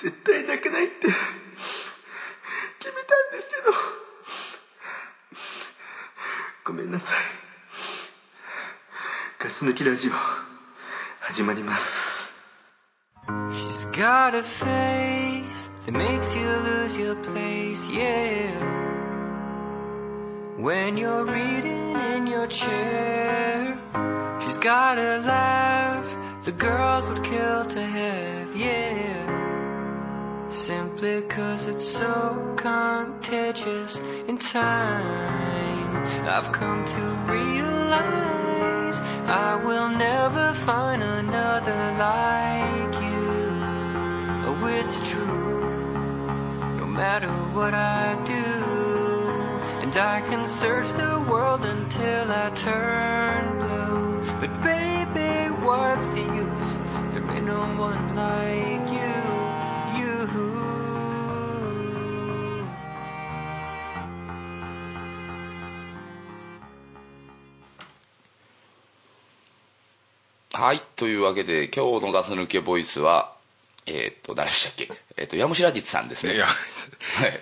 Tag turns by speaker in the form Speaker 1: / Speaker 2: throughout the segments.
Speaker 1: 絶対泣けないって決めたんですけどごめんなさいガス抜きラジオ始まります
Speaker 2: She's got a face that makes you lose your place, yeah. When you're reading in your chair, she's got a laugh the girls would kill to have, yeah. Simply cause it's so contagious in time. I've come to realize I will never find another like you. Oh, it's true. No matter what I do, and I can search the world until I turn blue. But baby, what's the use? There ain't no one like you. You.
Speaker 3: はい。というわけで、今日のガス抜けボイスは、えーっと、誰でしたっけ えーっと、ヤムシラジッツさんですね。
Speaker 4: いや
Speaker 3: はい。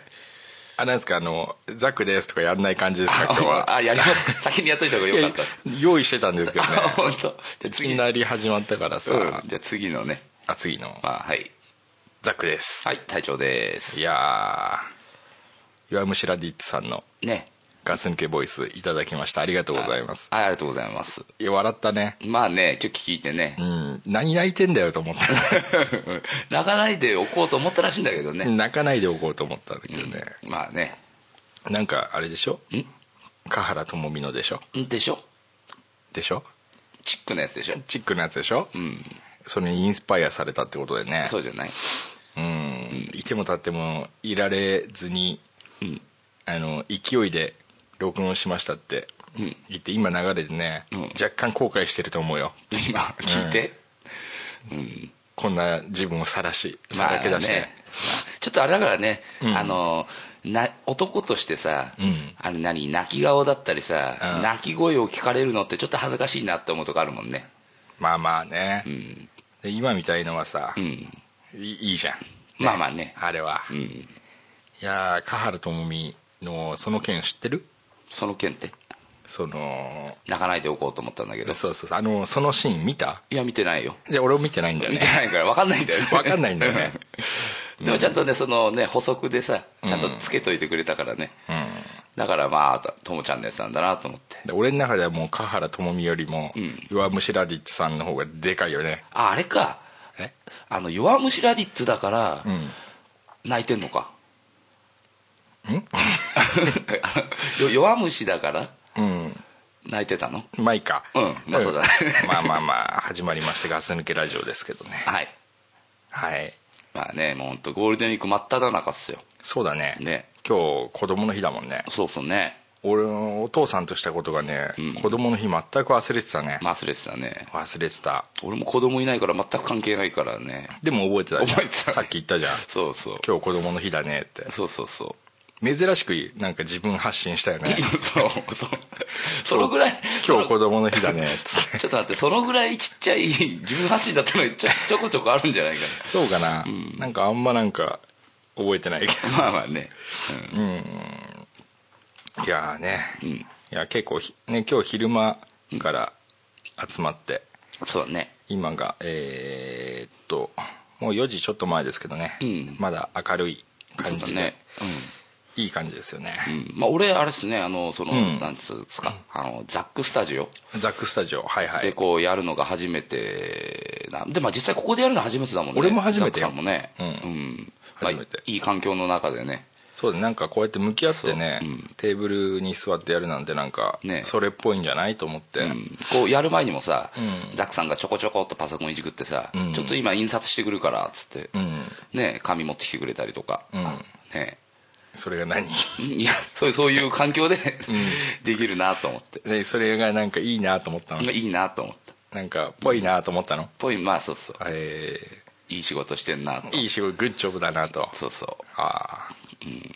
Speaker 4: あなんですかあの「ザックです」とかやんない感じですか今日は
Speaker 3: あ、やります。先にやっといた方が
Speaker 4: い
Speaker 3: 良
Speaker 4: や
Speaker 3: かったです。
Speaker 4: 用意してたんですけど ね
Speaker 3: あ、本当。じゃあ
Speaker 4: いき
Speaker 3: 次の、
Speaker 4: なり始まったからさ、
Speaker 3: うん、じゃあ次のね。
Speaker 4: あ次の
Speaker 3: まあ、はい。
Speaker 4: ザックです、
Speaker 3: はい、隊長です
Speaker 4: い、。やー岩虫ラディッツさんの
Speaker 3: ね。
Speaker 4: ガス抜けボイスいただきましたありがとうございます
Speaker 3: はい、ありがとうございます。
Speaker 4: いや笑ったね
Speaker 3: まあね、今日聞いてね
Speaker 4: う。ん何泣いてんだよと思った
Speaker 3: 泣かないでおこうと思ったらしいんだけどね。
Speaker 4: 泣かないでおこうと思ったんだけどね、
Speaker 3: まあね。
Speaker 4: なんかあれでしょ
Speaker 3: ん
Speaker 4: 華原朋美のでしょ
Speaker 3: んでしょ
Speaker 4: でしょ
Speaker 3: チックなやつでしょ
Speaker 4: チックのやつでしょ、
Speaker 3: うん。
Speaker 4: それにインスパイアされたってことでね
Speaker 3: そうじゃない
Speaker 4: うんいても立ってもいられずに、
Speaker 3: うん
Speaker 4: あの勢いで録音しましたって
Speaker 3: うん
Speaker 4: 言って今流れでね、
Speaker 3: うん
Speaker 4: 若干後悔してると思うよ
Speaker 3: 今、聞いて。
Speaker 4: こんな自分を晒しさ
Speaker 3: まあ
Speaker 4: らけ出して、
Speaker 3: ね、ちょっとあれだからね、
Speaker 4: うん
Speaker 3: あのな男としてさ、
Speaker 4: うん
Speaker 3: あの何泣き顔だったりさ、
Speaker 4: うん
Speaker 3: 泣き声を聞かれるのってちょっと恥ずかしいなって思うとこあるもんね
Speaker 4: まあまあね、
Speaker 3: うん、
Speaker 4: で今みたいのはさ、
Speaker 3: う
Speaker 4: い
Speaker 3: ん、
Speaker 4: いいじゃん
Speaker 3: まあまあね、
Speaker 4: あれは、
Speaker 3: う
Speaker 4: い
Speaker 3: ん、
Speaker 4: やー華原朋美のその件知ってる
Speaker 3: その件って
Speaker 4: その
Speaker 3: 泣かないでおこうと思ったんだけど
Speaker 4: そうそうそうあのそのシーン見た
Speaker 3: いや見てないよ
Speaker 4: じゃあ俺も見てないんだよ
Speaker 3: 見て
Speaker 4: ね
Speaker 3: ないから分かんないんだよね
Speaker 4: 分かんないんだよ ね
Speaker 3: でもちゃんとねそのね補足でさちゃんとつけといてくれたからね、だからまあともちゃんのやつなんだなと思って
Speaker 4: で俺の中ではもう華原朋美よりも、
Speaker 3: ん
Speaker 4: 弱虫ラディッツさんの方がでかいよね
Speaker 3: ああれか
Speaker 4: え
Speaker 3: あの弱虫ラディッツだから、
Speaker 4: うん
Speaker 3: 泣いてんのか
Speaker 4: ん
Speaker 3: よ弱虫だから
Speaker 4: うん
Speaker 3: 泣いてたの
Speaker 4: まあいいか
Speaker 3: うんまあそうだね
Speaker 4: んまあまあまあ始まりましてガス抜けラジオですけどね
Speaker 3: はい
Speaker 4: はい
Speaker 3: まあねもう本当ゴールデンウィーク真っ只中っすよ
Speaker 4: そうだね
Speaker 3: ね
Speaker 4: 今日子供の日だもんね
Speaker 3: そうそうね
Speaker 4: 俺のお父さんとしたことがね、
Speaker 3: ん
Speaker 4: 子供の日全く忘れてたね、
Speaker 3: 忘れてたね
Speaker 4: 忘れてた
Speaker 3: 俺も子供いないから全く関係ないからね
Speaker 4: でも覚えてたじゃん
Speaker 3: 覚えてた
Speaker 4: さっき言ったじゃん
Speaker 3: そうそう
Speaker 4: 今日子供の日だねって
Speaker 3: そうそうそう
Speaker 4: 珍しくなんか自分発信したよね
Speaker 3: そうそうそのぐらい
Speaker 4: 今日
Speaker 3: そ
Speaker 4: 子
Speaker 3: の
Speaker 4: 供の日だねっつって
Speaker 3: ちょっと待ってそのぐらいちっちゃい自分発信だったのにちょちょこちょこあるんじゃないか
Speaker 4: そうかな、なんかあんまなんか覚えてないけ
Speaker 3: なまあまあね、うん
Speaker 4: どいやーね、
Speaker 3: うん
Speaker 4: いや結構ひね今日昼間から集まって、
Speaker 3: そうだね
Speaker 4: 今がえーっともう4時ちょっと前ですけどね、
Speaker 3: うん
Speaker 4: まだ明るい
Speaker 3: そう
Speaker 4: 感
Speaker 3: だ
Speaker 4: じで、
Speaker 3: ねうん
Speaker 4: いい感じですよね、
Speaker 3: うんまあ、俺、あれですね、あのその、
Speaker 4: うん
Speaker 3: なんつうんですか、あのザックスタジオ
Speaker 4: ザックスタジオはいは
Speaker 3: で
Speaker 4: い
Speaker 3: こうやるのが初めてな、でまあ、実際、ここでやるの初めてだもんね、
Speaker 4: 俺も初めて
Speaker 3: ザ
Speaker 4: よ
Speaker 3: ックさんもね、
Speaker 4: うん
Speaker 3: んまあ
Speaker 4: 初めて
Speaker 3: いい環境の中でね、
Speaker 4: そうでなんかこうやって向き合ってね、
Speaker 3: そううん
Speaker 4: テーブルに座ってやるなんてなんか、
Speaker 3: ね
Speaker 4: それっぽいんじゃないと思って、
Speaker 3: うんこうやる前にもさ、
Speaker 4: うん
Speaker 3: ザックさんがちょこちょこっとパソコンいじくってさ、
Speaker 4: うん
Speaker 3: ちょっと今、印刷してくるからっつって、
Speaker 4: うん
Speaker 3: ね、紙持ってきてくれたりとか、
Speaker 4: うん
Speaker 3: ね、
Speaker 4: それが何
Speaker 3: いやそういうそういう環境で できるなと思って、
Speaker 4: でそれがなんかいいなと思ったの
Speaker 3: いいなと思った、
Speaker 4: なんかぽいなと思ったの、
Speaker 3: ぽい、まあそうそう、
Speaker 4: え
Speaker 3: いい仕事してんなと
Speaker 4: ー、いい仕事グッジョブだなと
Speaker 3: そうそ
Speaker 4: ああうんね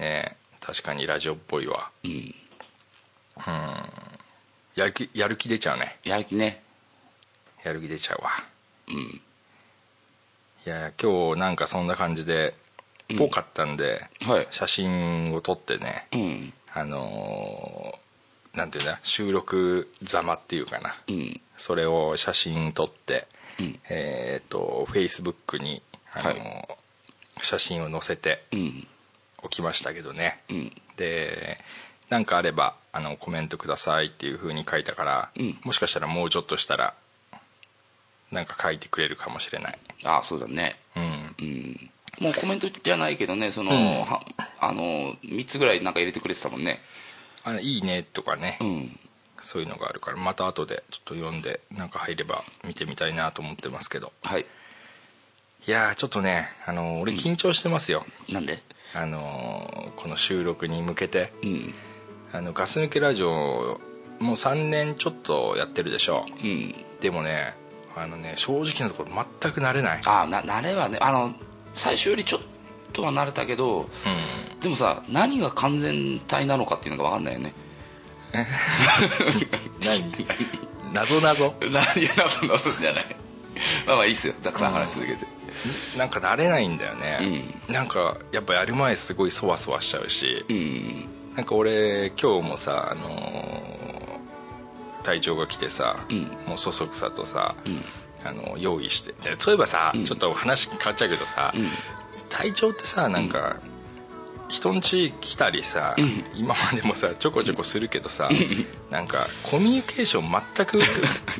Speaker 4: え確かにラジオっぽいわ
Speaker 3: う、うん、
Speaker 4: やる気やる気出ちゃうね
Speaker 3: やる気ね、
Speaker 4: やる気出ちゃうわ
Speaker 3: うん、
Speaker 4: いや今日なんかそんな感じでっぽかったんで、
Speaker 3: はい
Speaker 4: 写真を撮ってね
Speaker 3: うん
Speaker 4: あのーなんていうんだ収録ざまっていうかな、
Speaker 3: うん
Speaker 4: それを写真撮って、
Speaker 3: うん
Speaker 4: えっ、とフェイスブックに、あのー
Speaker 3: は
Speaker 4: 写真を載せて
Speaker 3: うん
Speaker 4: おきましたけどね、
Speaker 3: うん
Speaker 4: で何かあればあのコメントくださいっていうふうに書いたから、
Speaker 3: うん
Speaker 4: もしかしたらもうちょっとしたらなんか書いてくれるかもしれない
Speaker 3: ああそうだね
Speaker 4: うん
Speaker 3: うんもうコメントじゃないけどねその、
Speaker 4: うん
Speaker 3: はあの3つぐらいなんか入れてくれてたもんね
Speaker 4: あのいいねとかね、
Speaker 3: うん
Speaker 4: そういうのがあるからまた後でちょっと読んでなんか入れば見てみたいなと思ってますけど
Speaker 3: はい
Speaker 4: いやーちょっとねあのー俺緊張してますよ、
Speaker 3: なんで
Speaker 4: あのーこの収録に向けて
Speaker 3: うん
Speaker 4: あのガス抜けラジオもう3年ちょっとやってるでしょ
Speaker 3: うん
Speaker 4: でもねあのね正直なところ全く慣れない
Speaker 3: ああな慣れはねあの最初よりちょっとは慣れたけど
Speaker 4: うん
Speaker 3: でもさ何が完全体なのかっていうのが分かんないよね
Speaker 4: 何謎謎
Speaker 3: 何が謎なすんじゃない まあまあいいっすよたくさん話し続けて
Speaker 4: なんか慣れないんだよね、なんかやっぱやる前すごいそわそわしちゃうし
Speaker 3: うん
Speaker 4: なんか俺今日もさあのー隊長が来てさ、
Speaker 3: うん
Speaker 4: もうそそくさとさ、
Speaker 3: ん
Speaker 4: あの用意してでそういえばさ、ちょっと話変わっちゃうけどさ、
Speaker 3: うん
Speaker 4: 隊長ってさなんか、人ん家来たりさ、
Speaker 3: うん
Speaker 4: 今までもさちょこちょこするけどさ、なんかコミュニケーション全く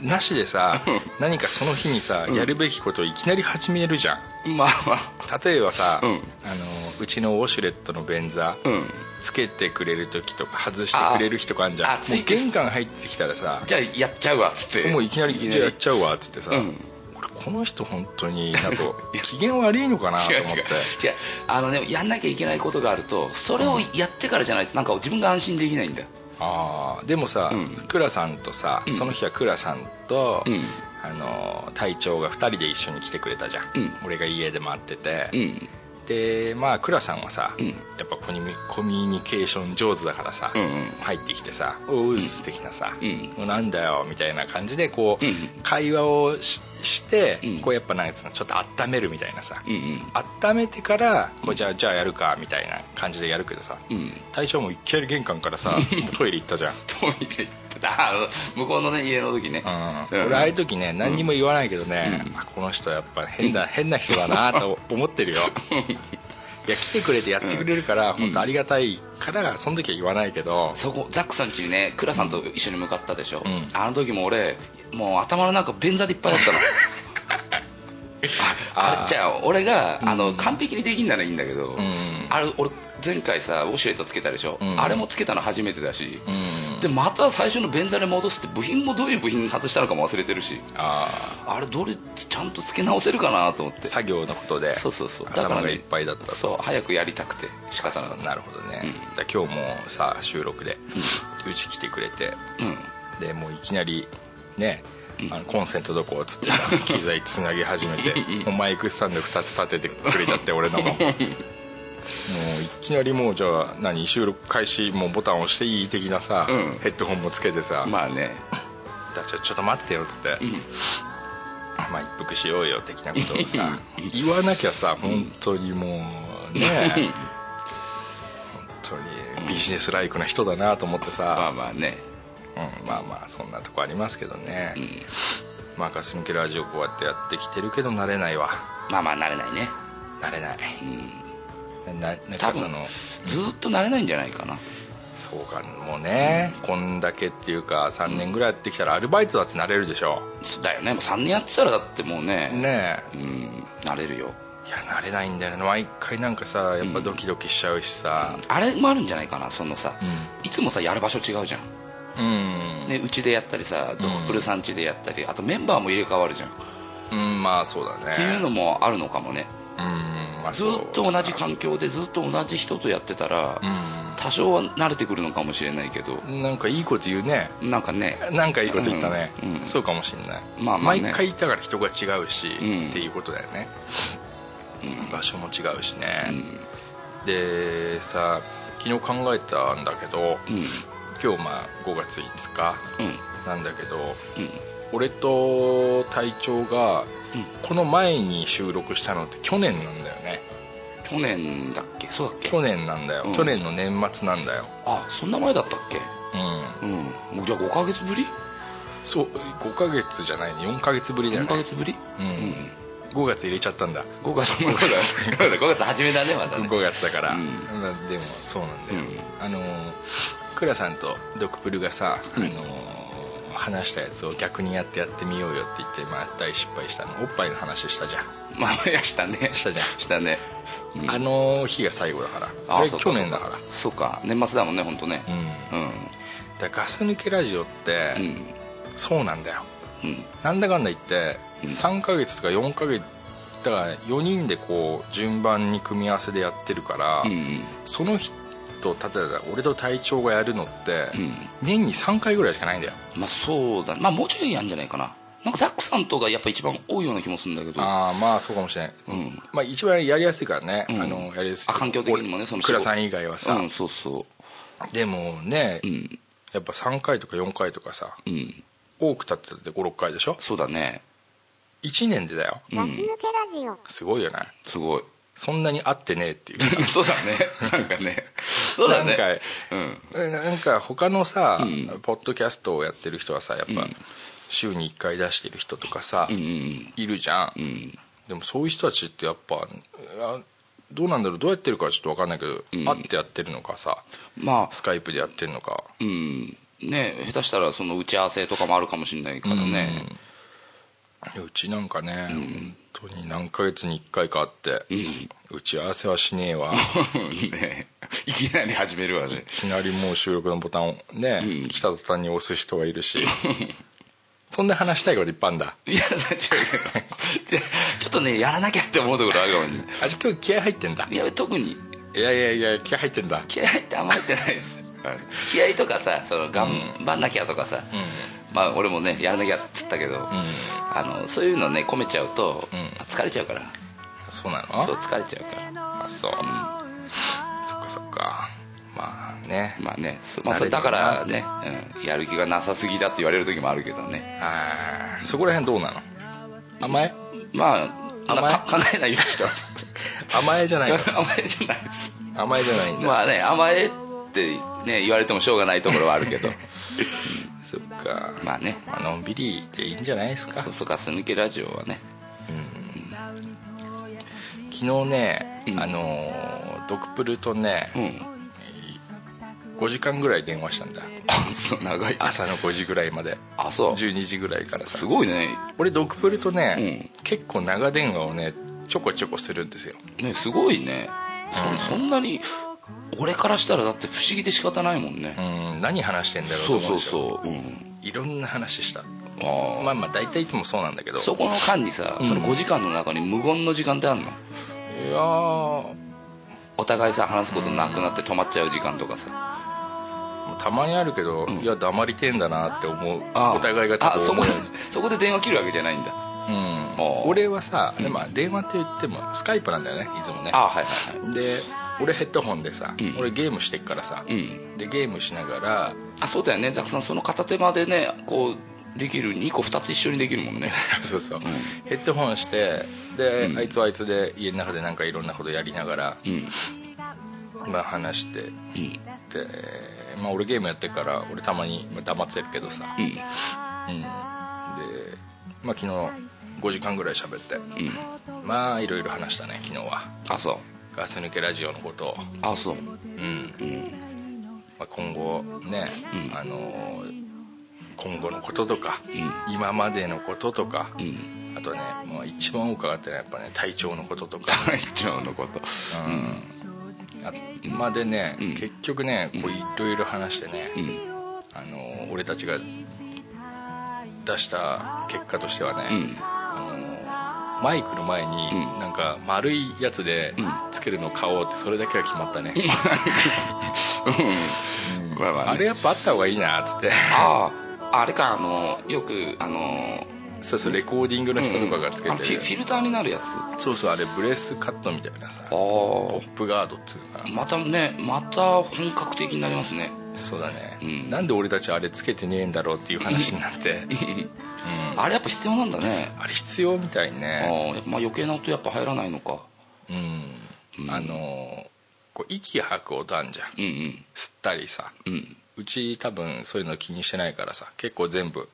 Speaker 4: なしでさ何かその日にさ、やるべきことをいきなり始めるじゃん
Speaker 3: まあまあ
Speaker 4: 例えばさ、
Speaker 3: うん
Speaker 4: あのうちのウォシュレットの便座、
Speaker 3: うん
Speaker 4: つけてくれる時とか外してくれる日とかあるじ
Speaker 3: あ
Speaker 4: ゃ
Speaker 3: あ
Speaker 4: ん
Speaker 3: つ
Speaker 4: もう
Speaker 3: いて
Speaker 4: 玄関入ってきたらさ
Speaker 3: じゃあやっちゃうわっつって
Speaker 4: もういきなり「じゃあやっちゃうわ」っつってさ、
Speaker 3: うん
Speaker 4: これこの人本当になん か機嫌悪いのかなと
Speaker 3: 違う
Speaker 4: 思っ
Speaker 3: 違う
Speaker 4: て
Speaker 3: 違うあのねやんなきゃいけないことがあるとそれをやってからじゃないとなんか自分が安心できないんだよ
Speaker 4: ああでもさ
Speaker 3: うん
Speaker 4: 倉、ラさんとさ、
Speaker 3: うん
Speaker 4: その日は倉さんと、
Speaker 3: うん
Speaker 4: あの隊長が2人で一緒に来てくれたじゃん、
Speaker 3: うん
Speaker 4: 俺が家で待ってて、
Speaker 3: うん
Speaker 4: でまあ倉さんはさ、
Speaker 3: うん
Speaker 4: やっぱコミュコミュニケーション上手だからさ、
Speaker 3: うんうん
Speaker 4: 入ってきてさ「おうっす」的なさ「
Speaker 3: うん
Speaker 4: もうなんだよ」みたいな感じでこう、
Speaker 3: うんうん
Speaker 4: 会話をしして、
Speaker 3: うん
Speaker 4: こうやっぱなんつうのちょっと温めるみたいなさ、
Speaker 3: うんうん
Speaker 4: 温めてからこうじゃあじゃあやるかみたいな感じでやるけどさ、
Speaker 3: うん
Speaker 4: 大将もいきなり玄関からさもうトイレ行ったじゃん、
Speaker 3: トイレ行ってたあの向こうのね家の時ね
Speaker 4: うん
Speaker 3: うん
Speaker 4: 俺ああいう時ね何にも言わないけどね、
Speaker 3: うん
Speaker 4: あこの人やっぱ変だ変な人だなと思って るよいや来てくれてやってくれるから、
Speaker 3: ん
Speaker 4: 本当ありがたいからその時は言わないけど、
Speaker 3: そこザックさん家にね倉さんと一緒に向かったでしょ、
Speaker 4: うん
Speaker 3: あの時も俺もう頭の中便座でいっぱいだったのあ
Speaker 4: あー
Speaker 3: れじゃあ俺があの、完璧にできんならいいんだけど、
Speaker 4: ん
Speaker 3: あれ俺前回さウォシュレットつけたでしょ、
Speaker 4: うん
Speaker 3: あれもつけたの初めてだし、
Speaker 4: うん
Speaker 3: でまた最初の便座で戻すって部品もどういう部品外したのかも忘れてるし
Speaker 4: あ
Speaker 3: あれどれちゃんとつけ直せるかなと思っ
Speaker 4: ー
Speaker 3: て
Speaker 4: 作業のことで
Speaker 3: そうそうそうだからね
Speaker 4: 頭がいっぱいだった
Speaker 3: そう早くやりたくて仕方なかった
Speaker 4: なるほどね、だから今日もさ収録でうち来てくれて
Speaker 3: うん
Speaker 4: でもういきなりねあのコンセントどこっつ ってさ機材つなぎ始めてもうマイクスタンド2つ立ててくれちゃって俺のももういきなりもうじゃあ何収録開始もうボタン押していい的なさ、
Speaker 3: うん
Speaker 4: ヘッドホンもつけてさ「
Speaker 3: まあね
Speaker 4: だちょちょっと待ってよ」っつって、
Speaker 3: ん
Speaker 4: まあ、一服しようよ的なことをさ言わなきゃさ本当にもうね本当にビジネスライクな人だなと思って
Speaker 3: まあ
Speaker 4: さ、
Speaker 3: まあね
Speaker 4: うん、まあまあそんなとこありますけどね、まあガス抜けラジオこうやってやってきてるけど慣れないわ
Speaker 3: まあまあ慣れないね
Speaker 4: 慣れない
Speaker 3: うん
Speaker 4: ななん
Speaker 3: 多
Speaker 4: か
Speaker 3: 分
Speaker 4: その
Speaker 3: ずーっと慣れないんじゃないかな
Speaker 4: そうかもうね、こんだけっていうか3年ぐらいやってきたらアルバイトだって慣れるでしょ
Speaker 3: そうだよねもう3年やってたらだってもうね
Speaker 4: ねえ
Speaker 3: うん慣れるよ
Speaker 4: いや慣れないんだよね毎回なんかさやっぱドキドキしちゃうしさ
Speaker 3: あれもあるんじゃないかなそのさ、
Speaker 4: う
Speaker 3: いつもさやる場所違うじゃん
Speaker 4: うん、
Speaker 3: ねうちでやったりさドクプルさんちでやったりあとメンバーも入れ替わるじゃん、
Speaker 4: うん、まあそうだね
Speaker 3: っていうのもあるのかもね
Speaker 4: うん、まあ
Speaker 3: ず
Speaker 4: そう
Speaker 3: ーっと同じ環境でずーっと同じ人とやってたら、
Speaker 4: う
Speaker 3: 多少は慣れてくるのかもしれないけど
Speaker 4: んなんかいいこと言うね
Speaker 3: なんかね
Speaker 4: なんかいいこと言ったね、
Speaker 3: うんうん
Speaker 4: そうかもしんない、
Speaker 3: まあまあね
Speaker 4: 毎回だから人が違うし、
Speaker 3: うん
Speaker 4: っていうことだよね、場所も違うしね、でさ昨日考えたんだけど、
Speaker 3: うん
Speaker 4: 今日まあ5月5日
Speaker 3: うん
Speaker 4: なんだけど
Speaker 3: うん
Speaker 4: 俺と隊長がこの前に収録したのって去年なんだよね
Speaker 3: 去年だっけそうだっけ
Speaker 4: 去年なんだよ、
Speaker 3: うん
Speaker 4: 去年の年末なんだよ
Speaker 3: あそんな前だったっけ
Speaker 4: うん
Speaker 3: うんもうじゃあ5ヶ月ぶり
Speaker 4: そう5ヶ月じゃないね4ヶ月ぶりだよ
Speaker 3: 4ヶ
Speaker 4: ね
Speaker 3: 月ぶり
Speaker 4: うん5月入れちゃったんだ
Speaker 3: 5月も5月 ,5 月初めだねまだね
Speaker 4: 5月だから、
Speaker 3: うん
Speaker 4: まあでもそうなんだよ、
Speaker 3: うん
Speaker 4: あのークラさんとドクプルがさ、
Speaker 3: うん
Speaker 4: あのー話したやつを逆にやってやってみようよって言って、まあ、大失敗したのおっぱいの話したじゃん、
Speaker 3: まあいやしたね
Speaker 4: したじゃん
Speaker 3: したねうん
Speaker 4: あの日が最後だから
Speaker 3: あ
Speaker 4: あれ
Speaker 3: そうか
Speaker 4: 去年だから
Speaker 3: そうか年末だもんね本当ね
Speaker 4: うん
Speaker 3: うん
Speaker 4: だからガス抜けラジオって、
Speaker 3: うん
Speaker 4: そうなんだよ
Speaker 3: うん
Speaker 4: なんだかんだ言って、
Speaker 3: うん
Speaker 4: 3ヶ月とか4ヶ月だから4人でこう順番に組み合わせでやってるから、
Speaker 3: うん
Speaker 4: その人例えば俺と隊長がやるのって、
Speaker 3: うん
Speaker 4: 年に3回ぐらいしかないんだよ
Speaker 3: まあそうだねまあもうちょいやんじゃないかななんかザックさんとかやっぱ一番多いような気もするんだけど
Speaker 4: ああまあそうかもしれない、
Speaker 3: うん
Speaker 4: まあ、一番やりやすいからね、
Speaker 3: うん
Speaker 4: あのやりやすい
Speaker 3: あ環境的にもねその仕
Speaker 4: ク
Speaker 3: 事
Speaker 4: ラさん以外はさ、
Speaker 3: うんそうそ
Speaker 4: でもね、
Speaker 3: ううん
Speaker 4: やっぱ3回とか4回とかさ
Speaker 3: うん
Speaker 4: 多くたってって56回でしょ
Speaker 3: そう だね
Speaker 4: 1年でだよ
Speaker 3: う
Speaker 5: ガス抜
Speaker 3: ん
Speaker 5: けラジオ。
Speaker 4: すごいよね
Speaker 3: すごい
Speaker 4: そんなに会ってねえっていう
Speaker 3: そうだねなんかねそうだね
Speaker 4: なんか
Speaker 3: うん
Speaker 4: なんか他のさ、
Speaker 3: うん
Speaker 4: ポッドキャストをやってる人はさやっぱ
Speaker 3: うん
Speaker 4: 週に1回出してる人とかさ、
Speaker 3: うんうん
Speaker 4: いるじゃん、
Speaker 3: うん
Speaker 4: でもそういう人たちってやっぱあどうなんだろうどうやってるかはちょっと分かんないけど、
Speaker 3: うん
Speaker 4: 会ってやってるのかさ
Speaker 3: まあ
Speaker 4: スカイプでやってるのか
Speaker 3: うんね下手したらその打ち合わせとかもあるかもしれないからね
Speaker 4: いやうちなんかね、本当に何ヶ月に1回か会って、打ち合わせはしねえわ
Speaker 3: ねいきなり始めるわね
Speaker 4: いきなりもう収録のボタンをね、
Speaker 3: うん
Speaker 4: 来た途端に押す人がいるしそんな話したいこといっぱいあんだ
Speaker 3: いやだってでちょっとねやらなきゃって思うところあるかもしれない
Speaker 4: あじゃあ今日気合入ってんだ
Speaker 3: いや特に
Speaker 4: いやいやいや気合入ってんだ
Speaker 3: 気合ってあんま入ってないです気合とかさその頑張んなきゃとかさ、まあ俺もねやらなきゃっつったけど、あのそういうのね込めちゃうと、
Speaker 4: うん
Speaker 3: 疲れちゃうから
Speaker 4: そうなの
Speaker 3: そう疲れちゃうから
Speaker 4: あそう、そっかそっかまあね
Speaker 3: まあねそ,、まあ、
Speaker 4: 慣
Speaker 3: そ
Speaker 4: れるよ
Speaker 3: れだ
Speaker 4: な
Speaker 3: からね、うん、やる気がなさすぎだって言われる時もあるけどね
Speaker 4: あーそこら辺どうなの甘え
Speaker 3: まあ
Speaker 4: 甘い
Speaker 3: なか考えないようにしてます
Speaker 4: 甘えじゃ ないの
Speaker 3: 甘えじゃないです
Speaker 4: 甘えじゃないんだ、
Speaker 3: まあね甘えってね言われてもしょうがないところはあるけ ど
Speaker 4: そっか
Speaker 3: まあね
Speaker 4: まあのんびりでいいんじゃないですか
Speaker 3: そうそうかす抜けラジオはね
Speaker 4: 昨日ね、
Speaker 3: うん
Speaker 4: あのードクプルとね、
Speaker 3: うん
Speaker 4: 5時間ぐらい電話したんだ
Speaker 3: あそう長いあ
Speaker 4: 朝の5時ぐらいまで
Speaker 3: あそう
Speaker 4: 12時ぐらいから
Speaker 3: す
Speaker 4: さ
Speaker 3: ごいね
Speaker 4: 俺ドクプルとね、
Speaker 3: う
Speaker 4: 結構長電話をねちょこちょこするんですよ
Speaker 3: ねすごいねそそんなに俺からしたらだって不思議で仕方ないもん
Speaker 4: う
Speaker 3: ね、
Speaker 4: ん何話してんだろうと
Speaker 3: そう
Speaker 4: 思うで
Speaker 3: そう
Speaker 4: しょ
Speaker 3: そう、うん、
Speaker 4: いろんな話した
Speaker 3: ああ、
Speaker 4: まあまあ大体いつもそうなんだけど
Speaker 3: そこの間にさ、
Speaker 4: うん
Speaker 3: その5時間の中に無言の時間ってある
Speaker 4: い
Speaker 3: の
Speaker 4: やー
Speaker 3: お互いさ話すことなくなって止まっちゃう時間とかさ
Speaker 4: たまにあるけど、
Speaker 3: ん
Speaker 4: いや黙りてんだなって思うお互いが多
Speaker 3: あ
Speaker 4: 分
Speaker 3: そ
Speaker 4: 思
Speaker 3: こ
Speaker 4: う
Speaker 3: でそこで電話切るわけじゃないんだあ
Speaker 4: うん
Speaker 3: あー
Speaker 4: 俺はさ、でまあ、電話って言ってもスカイプなんだよねいつもね
Speaker 3: あはいはいは
Speaker 4: で俺ヘッドホンでさ、
Speaker 3: うん
Speaker 4: 俺ゲームしてっからさ、
Speaker 3: いうん
Speaker 4: でゲームしながら
Speaker 3: あそうだよねザクさんその片手間でねこうできる2個2つ一緒にできるもん ね
Speaker 4: そうそう、
Speaker 3: ん
Speaker 4: ヘッドホンしてで、
Speaker 3: うん
Speaker 4: あいつはあいつで家の中でなんかいろんなことやりながら、
Speaker 3: うん
Speaker 4: まあ、話してで、
Speaker 3: うん
Speaker 4: まあ、俺ゲームやってっから俺たまにまあ黙ってるけどさ、
Speaker 3: う
Speaker 4: うん
Speaker 3: ん
Speaker 4: で、まあ、昨日5時間ぐらい喋って
Speaker 3: うん
Speaker 4: まあいろいろ話したね昨日は
Speaker 3: あそう
Speaker 4: ガス抜けラジオのことを、
Speaker 3: あそう
Speaker 4: うん
Speaker 3: うん
Speaker 4: まあ、今後ね、
Speaker 3: うん
Speaker 4: あのー今後のこととか、
Speaker 3: ん
Speaker 4: 今までのこととか、
Speaker 3: うん
Speaker 4: あとね、まあ、一番多く上がったのはやっぱね体調のことと か、
Speaker 3: 会長のこと
Speaker 4: うんあまでね、
Speaker 3: うん
Speaker 4: 結局ねこういろいろ話してね、
Speaker 3: うん
Speaker 4: あの俺たちが出した結果としてはね、
Speaker 3: うん
Speaker 4: あのマイクの前に
Speaker 3: うん
Speaker 4: なんか丸いやつで
Speaker 3: うん
Speaker 4: つけるのを買おうってそれだけは決まったね、
Speaker 3: うんまあまあね
Speaker 4: あれやっぱあった方がいいなっつって
Speaker 3: あああれかあのよくあの
Speaker 4: そうそうレコーディングの人とかがつけ
Speaker 3: あのフ
Speaker 4: て
Speaker 3: ィ
Speaker 4: る
Speaker 3: フィルターになるやつ
Speaker 4: そうそうあれブレスカットみたいなさ
Speaker 3: あ
Speaker 4: ポ
Speaker 3: あ
Speaker 4: ップガードっつうか
Speaker 3: またねまた本格的になりますね
Speaker 4: そうだね、
Speaker 3: うん
Speaker 4: なんで俺たちあれつけてねえんだろうって いう話になって、
Speaker 3: あれやっぱ必要なんだね
Speaker 4: あれ必要みたい
Speaker 3: ああ
Speaker 4: ね
Speaker 3: やっぱまあ余計な音やっぱ入らないのか
Speaker 4: うん
Speaker 3: うん
Speaker 4: あのこう息吐く音あんじゃん
Speaker 3: うんうん
Speaker 4: 吸ったりさ
Speaker 3: うん
Speaker 4: うち多分そういうの気にしてないからさ結構全部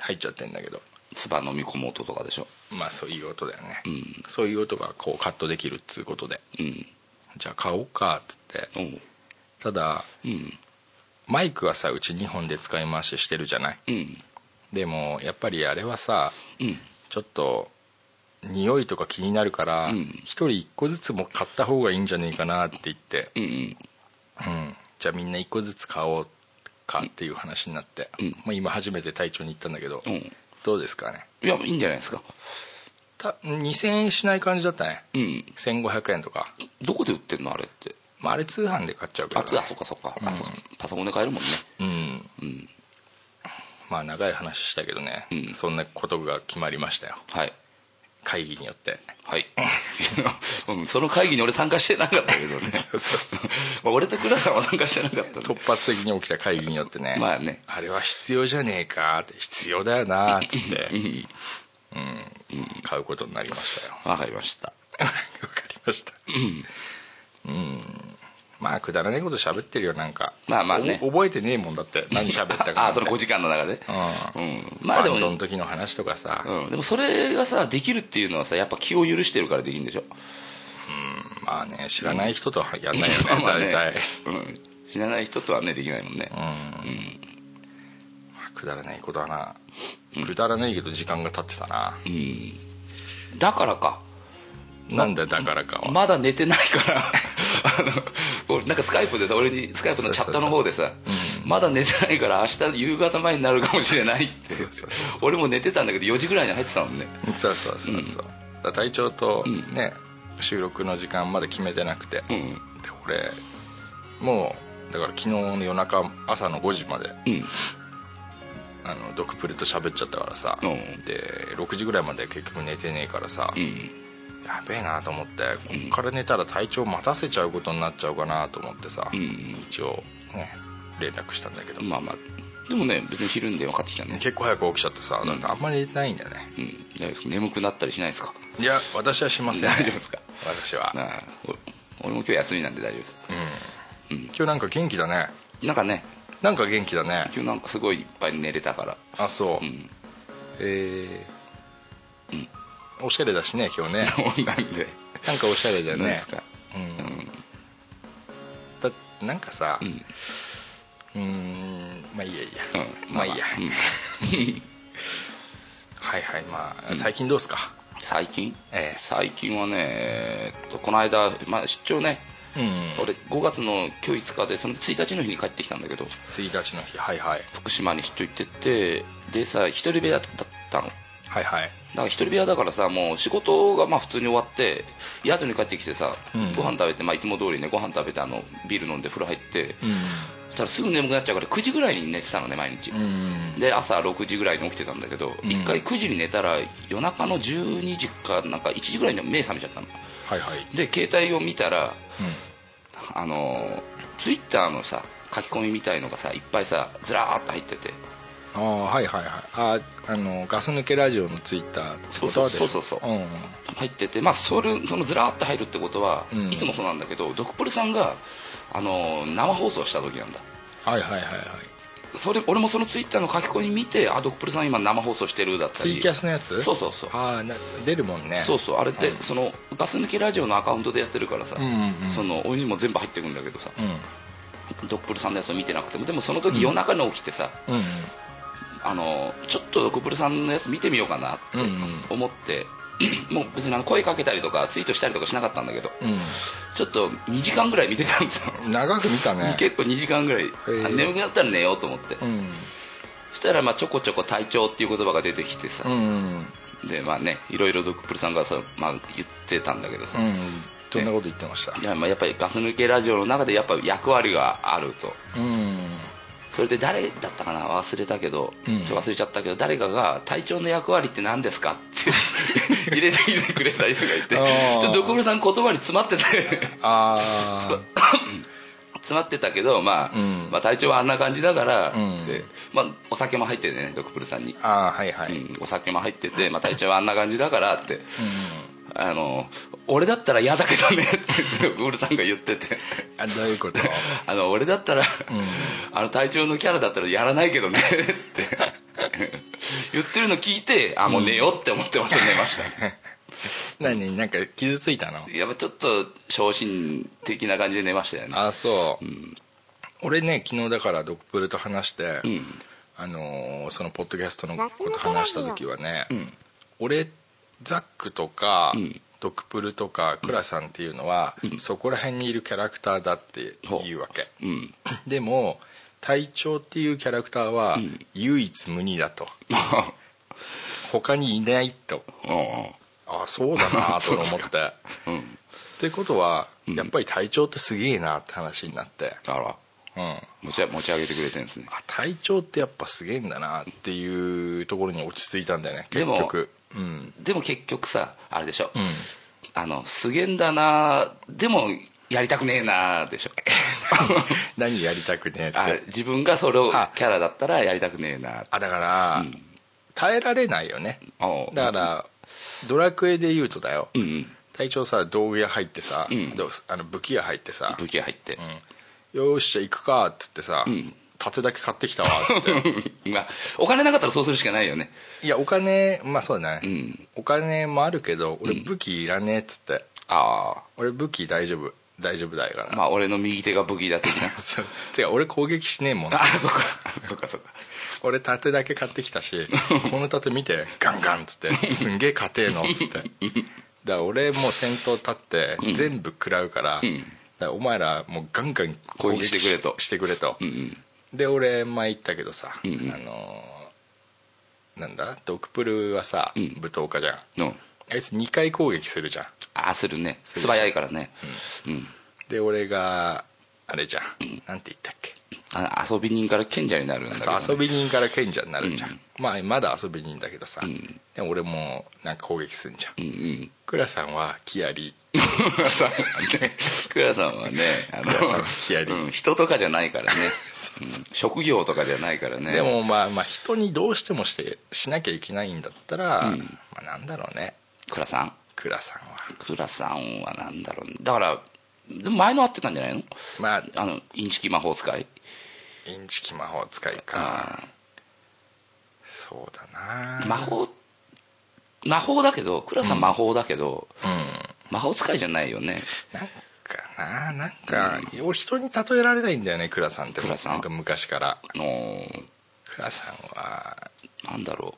Speaker 4: 入っちゃってんだけど
Speaker 3: 唾飲み込む音とかでしょ
Speaker 4: まあそういう音だよね、
Speaker 3: ん
Speaker 4: そういう音がこうカットできるっつうことで
Speaker 3: うん
Speaker 4: じゃあ買おうかっつって
Speaker 3: おう
Speaker 4: ただ
Speaker 3: うん
Speaker 4: マイクはさうち2本で使い回ししてるじゃない
Speaker 3: うん
Speaker 4: でもやっぱりあれはさ
Speaker 3: うん
Speaker 4: ちょっと匂いとか気になるから
Speaker 3: うん
Speaker 4: 一、人一個ずつも買った方がいいんじゃねえかなって言って、
Speaker 3: うんうん
Speaker 4: うん、じゃあみんな一個ずつ買おうかっていう話になって、
Speaker 3: うん
Speaker 4: まあ、今初めて隊長に行ったんだけど、
Speaker 3: うん
Speaker 4: どうですかね
Speaker 3: いやいいんじゃないですか
Speaker 4: た2000円しない感じだったね
Speaker 3: うん
Speaker 4: 1500円とか、
Speaker 3: どこで売ってんのあれって
Speaker 4: まあ、あれ通販で買っちゃうから、
Speaker 3: あつあそっかそっか、あそっかパソコンで買えるもんね
Speaker 4: うん
Speaker 3: うん
Speaker 4: まあ長い話したけどね、
Speaker 3: うん
Speaker 4: そんなことが決まりましたよ
Speaker 3: はい
Speaker 4: 会議によって
Speaker 3: はい うんその会議に俺参加してなかったけ どね まあ俺と倉さんは参加してなかったんで
Speaker 4: 突発的に起きた会議によってね
Speaker 3: まあね
Speaker 4: あれは必要じゃねえかって必要だよなって言って、うん買うことになりました よ
Speaker 3: わかりまし
Speaker 4: わ
Speaker 3: た
Speaker 4: かりましたうん、まあくだらないこと喋ってるよなんか
Speaker 3: まあまあね
Speaker 4: お覚えてねえもんだって何喋ったかなんて
Speaker 3: あその5時間の中で
Speaker 4: うん
Speaker 3: んま
Speaker 4: ま
Speaker 3: あ
Speaker 4: あ
Speaker 3: で
Speaker 4: で
Speaker 3: も
Speaker 4: もバンドの時の話とかさ、
Speaker 3: うん、でもそれがさできるっていうのはさやっぱ気を許してるからできるんでしょ
Speaker 4: まあね知らない人とはやんないよね
Speaker 3: まあま あ
Speaker 4: 大体、
Speaker 3: うん、知らない人とはねできないもんね、
Speaker 4: まあくだらないことはなくだらないけど時間が経ってたな、
Speaker 3: だからか
Speaker 4: なんだよだからかは、
Speaker 3: まだ寝てないから あの俺なんかスカイプでさ俺にスカイプのチャットの方でさまだ寝てないから明日夕方前になるかもしれないって
Speaker 4: そうそうそ
Speaker 3: 俺も寝てたんだけど4時ぐらいに入ってたもんね
Speaker 4: そうそうそうそう、だから隊長とね、収録の時間まで決めてなくて、
Speaker 3: う
Speaker 4: で
Speaker 3: ん
Speaker 4: 俺もうだから昨日の夜中朝の5時まで
Speaker 3: うん
Speaker 4: あのドクプレと喋っちゃったからさ、
Speaker 3: うん
Speaker 4: で6時ぐらいまで結局寝てねえからさ、
Speaker 3: うん
Speaker 4: やべえなと思ってこっから寝たら体調待たせちゃうことになっちゃうかなと思ってさ、
Speaker 3: ん
Speaker 4: 一応ね連絡したんだけど、
Speaker 3: まあまあでもね別に昼んで分かってきたね、
Speaker 4: 結構早く起きちゃってさ
Speaker 3: ん
Speaker 4: なんかあんまり寝てないんだよね、
Speaker 3: うん、大丈夫ですか眠くなったりしないですか
Speaker 4: いや私はしません、
Speaker 3: 大丈夫ですか
Speaker 4: 私は、
Speaker 3: なあお俺も今日休みなんで大丈夫です
Speaker 4: 今日なんか元気だね
Speaker 3: なんかね
Speaker 4: なんか元気だね
Speaker 3: 今日なんかすごいいっぱい寝れたから
Speaker 4: あそう、
Speaker 3: うん
Speaker 4: えーおしゃれだしね今 日ね
Speaker 3: なんで
Speaker 4: なんかおしゃれだよ
Speaker 3: なんで
Speaker 4: ね
Speaker 3: すか
Speaker 4: うん
Speaker 3: うん
Speaker 4: だなんかさ
Speaker 3: ん
Speaker 4: うんんまあいいやいいや、
Speaker 3: うん
Speaker 4: まあいいや、
Speaker 3: うん
Speaker 4: はいはいまあ、最近どうっすか
Speaker 3: 最近、
Speaker 4: ええ
Speaker 3: 最近はね、えーっとこの間、まあ、出張ね、
Speaker 4: うん
Speaker 3: 俺5月の今日5日でその1日の日に帰ってきたんだけど
Speaker 4: 1日の日はいはい
Speaker 3: 福島に出張行っててでさ一人部屋だったのだか
Speaker 4: はいはい
Speaker 3: ら一人部屋だからさもう仕事がまあ普通に終わって宿に帰ってきてさ、
Speaker 4: うん
Speaker 3: ご飯食べて、まあ、いつも通りねご飯食べてあのビール飲んで風呂入って
Speaker 4: う
Speaker 3: そしたらすぐ眠くなっちゃうから9時ぐらいに寝てたのね毎日、
Speaker 4: んうん
Speaker 3: で朝6時ぐらいに起きてたんだけど、
Speaker 4: ん
Speaker 3: 一回9時に寝たら夜中の12時かなんか1時ぐらいに目覚めちゃったの
Speaker 4: はいはい
Speaker 3: で携帯を見たら
Speaker 4: う
Speaker 3: あのツイッター Twitter のさ書き込みみたいのがさいっぱいさずらーっと入ってて
Speaker 4: んああはいはいはいああのガス抜けラジオのツイッターってことで
Speaker 3: そうそうそうそう
Speaker 4: うん
Speaker 3: 入っててまあそれそのずらーっと入るってことは、
Speaker 4: うん
Speaker 3: いつもそうなんだけどドクプルさんがあの生放送した時なんだ
Speaker 4: はいはいはいはい
Speaker 3: それ俺もそのツイッターの書き込み見てあドクプルさん今生放送してるだった
Speaker 4: ツ
Speaker 3: り
Speaker 4: イキャスのやつ
Speaker 3: そうそうそう
Speaker 4: ああな出るもんね
Speaker 3: そうそうあれって、
Speaker 4: うん
Speaker 3: そのガス抜きラジオのアカウントでやってるからさ、
Speaker 4: うんうんうん
Speaker 3: その俺にも全部入ってくんだけどさ
Speaker 4: う
Speaker 3: ドクプルさんのやつを見てなくてもでもその時夜中に起きてさ、
Speaker 4: んうん
Speaker 3: あのちょっとドクプルさんのやつ見てみようかなって
Speaker 4: うんうん
Speaker 3: 思って、 もう別にあの声かけたりとかツイートしたりとかしなかったんだけどちょっと2時間ぐらい見てたんですよ、
Speaker 4: うん長く見たね
Speaker 3: 結構2時間ぐらい、
Speaker 4: ー
Speaker 3: あ眠くなったら寝ようと思って、
Speaker 4: うん
Speaker 3: そしたらまあちょこちょこ体調っていう言葉が出てきてさ
Speaker 4: う、ん
Speaker 3: でまあねいろいろドクプルさんがさ、まあ、言ってたんだけどさ、
Speaker 4: うんどんなこと言ってました
Speaker 3: いやまあやっぱりガス抜けラジオの中でやっぱ役割があると
Speaker 4: うん
Speaker 3: それで誰だったかな忘れたけど、
Speaker 4: うん
Speaker 3: 忘れちゃったけど誰かが「隊長の役割って何ですか?」っ て入れてきてくれたりとか言って
Speaker 4: あー
Speaker 3: ちょっとドクブルさん言葉に詰 まってて
Speaker 4: ああ
Speaker 3: 詰まってたけど、まあ
Speaker 4: うん
Speaker 3: まあ隊長はあんな感じだから、
Speaker 4: うん
Speaker 3: でまあ、お酒も入っててねドクブルさんに、
Speaker 4: ああはいはい、
Speaker 3: うんお酒も入ってて、まあ、隊長はあんな感じだからって、あの俺だったら嫌だけどねってドクブルさんが言ってて。
Speaker 4: あどういう こと
Speaker 3: あの俺だったら、あの隊長のキャラだったらやらないけどねって 言ってるの聞いてあもう寝ようって思ってまた寝ました、
Speaker 4: 何なんか傷ついたの
Speaker 3: やっぱちょっと昇進的な感じで寝ましたよね
Speaker 4: ああそう、俺ね昨日だからドクプルと話して、
Speaker 3: ん
Speaker 4: あのーそのポッドキャストのこと話した時はね、俺ザックとか、
Speaker 3: ん
Speaker 4: ドクプルとかクラさんっていうのは、そこら辺にいるキャラクターだっていうわけ、
Speaker 3: うん
Speaker 4: でも隊長っていうキャラクターは唯一無二だと、他にいないとああそうだなと 思って
Speaker 3: うんうん
Speaker 4: ってことはやっぱり隊長ってすげえなって話になって、
Speaker 3: あら
Speaker 4: うん、あ
Speaker 3: 持ち持ち上げてくれてるんですね
Speaker 4: 隊長ってやっぱすげえんだなっていうところに落ち着いたんだよね
Speaker 3: で
Speaker 4: 結
Speaker 3: も
Speaker 4: 局うん
Speaker 3: でも結局さあれでしょ、
Speaker 4: うん
Speaker 3: あのすげえんだなでもやりたくねえなで しょ
Speaker 4: 何やりたくねえって
Speaker 3: あ
Speaker 4: あ
Speaker 3: 自分がそれをキ
Speaker 4: あ
Speaker 3: ャラだったらやりたくねえな
Speaker 4: だから、耐えられないよね
Speaker 3: おう
Speaker 4: だからドラクエで言うとだよ、
Speaker 3: うんうん
Speaker 4: 隊長さ道具屋入ってさ、
Speaker 3: うん
Speaker 4: どうすあの武器屋入ってさ
Speaker 3: 武器が入って、
Speaker 4: 「よーしじゃあ行くか」っつってさ、
Speaker 3: ん
Speaker 4: 盾だけ買ってきたわ っつって
Speaker 3: まあ、お金なかったらそうするしかないよね
Speaker 4: いやお金まあそうだね、
Speaker 3: うん
Speaker 4: お金もあるけど俺武器いらねえっつって、
Speaker 3: あ
Speaker 4: 俺武器大丈夫大丈夫だよから、
Speaker 3: あまあ俺の右手が武器だ的 な
Speaker 4: そうてか俺攻撃しねえもん
Speaker 3: あそっか そっかそっか
Speaker 4: 俺盾だけ買ってきた しこの盾見てガンガンっつってすんげえ硬えのっつ ってだから俺もう先頭立って全部食らうから,、
Speaker 3: ん
Speaker 4: だからお前らもうガンガン
Speaker 3: 攻撃してくれと
Speaker 4: してくれと、
Speaker 3: うん
Speaker 4: で俺前言ったけどさ、
Speaker 3: んうん
Speaker 4: あのーなんだドクプルはさ、
Speaker 3: ん
Speaker 4: 舞踏家じゃん
Speaker 3: うんうん
Speaker 4: あいつ2回攻撃するじゃん
Speaker 3: ああするね
Speaker 4: る
Speaker 3: 素早いからねうん、
Speaker 4: で俺があれじゃん、なんて言ったっけ
Speaker 3: あ遊び人から賢者になるんだけど、
Speaker 4: さ
Speaker 3: ね、
Speaker 4: 遊び人から賢者になるじゃん、
Speaker 3: うん
Speaker 4: まあまだ遊び人だけどさ、
Speaker 3: ん
Speaker 4: でも俺もなんか攻撃すんじゃん、
Speaker 3: うんうん
Speaker 4: クラさんはキアリ
Speaker 3: さねクラさんはねあ
Speaker 4: クラさんは左
Speaker 3: うん人とかじゃないから ね、うん職業とかじゃないからね
Speaker 4: でもまあまあ人にどうしてもしてしなきゃいけないんだったら、
Speaker 3: うん
Speaker 4: まあなんだろうね
Speaker 3: クラさん
Speaker 4: クラさんは
Speaker 3: クラさんはなんだろう、ね、だからでも前の合ってたんじゃないの
Speaker 4: まあ
Speaker 3: あのインチキ魔法使い
Speaker 4: インチキ魔法使いか
Speaker 3: あ
Speaker 4: そうだな
Speaker 3: 魔法魔法だけど倉さん魔法だけど、
Speaker 4: うん
Speaker 3: 魔法使いじゃないよね
Speaker 4: なんかななんか、俺人に例えられないんだよねクラさんって
Speaker 3: クラさん
Speaker 4: なんか昔から
Speaker 3: あのー
Speaker 4: クラさんは
Speaker 3: なんだろ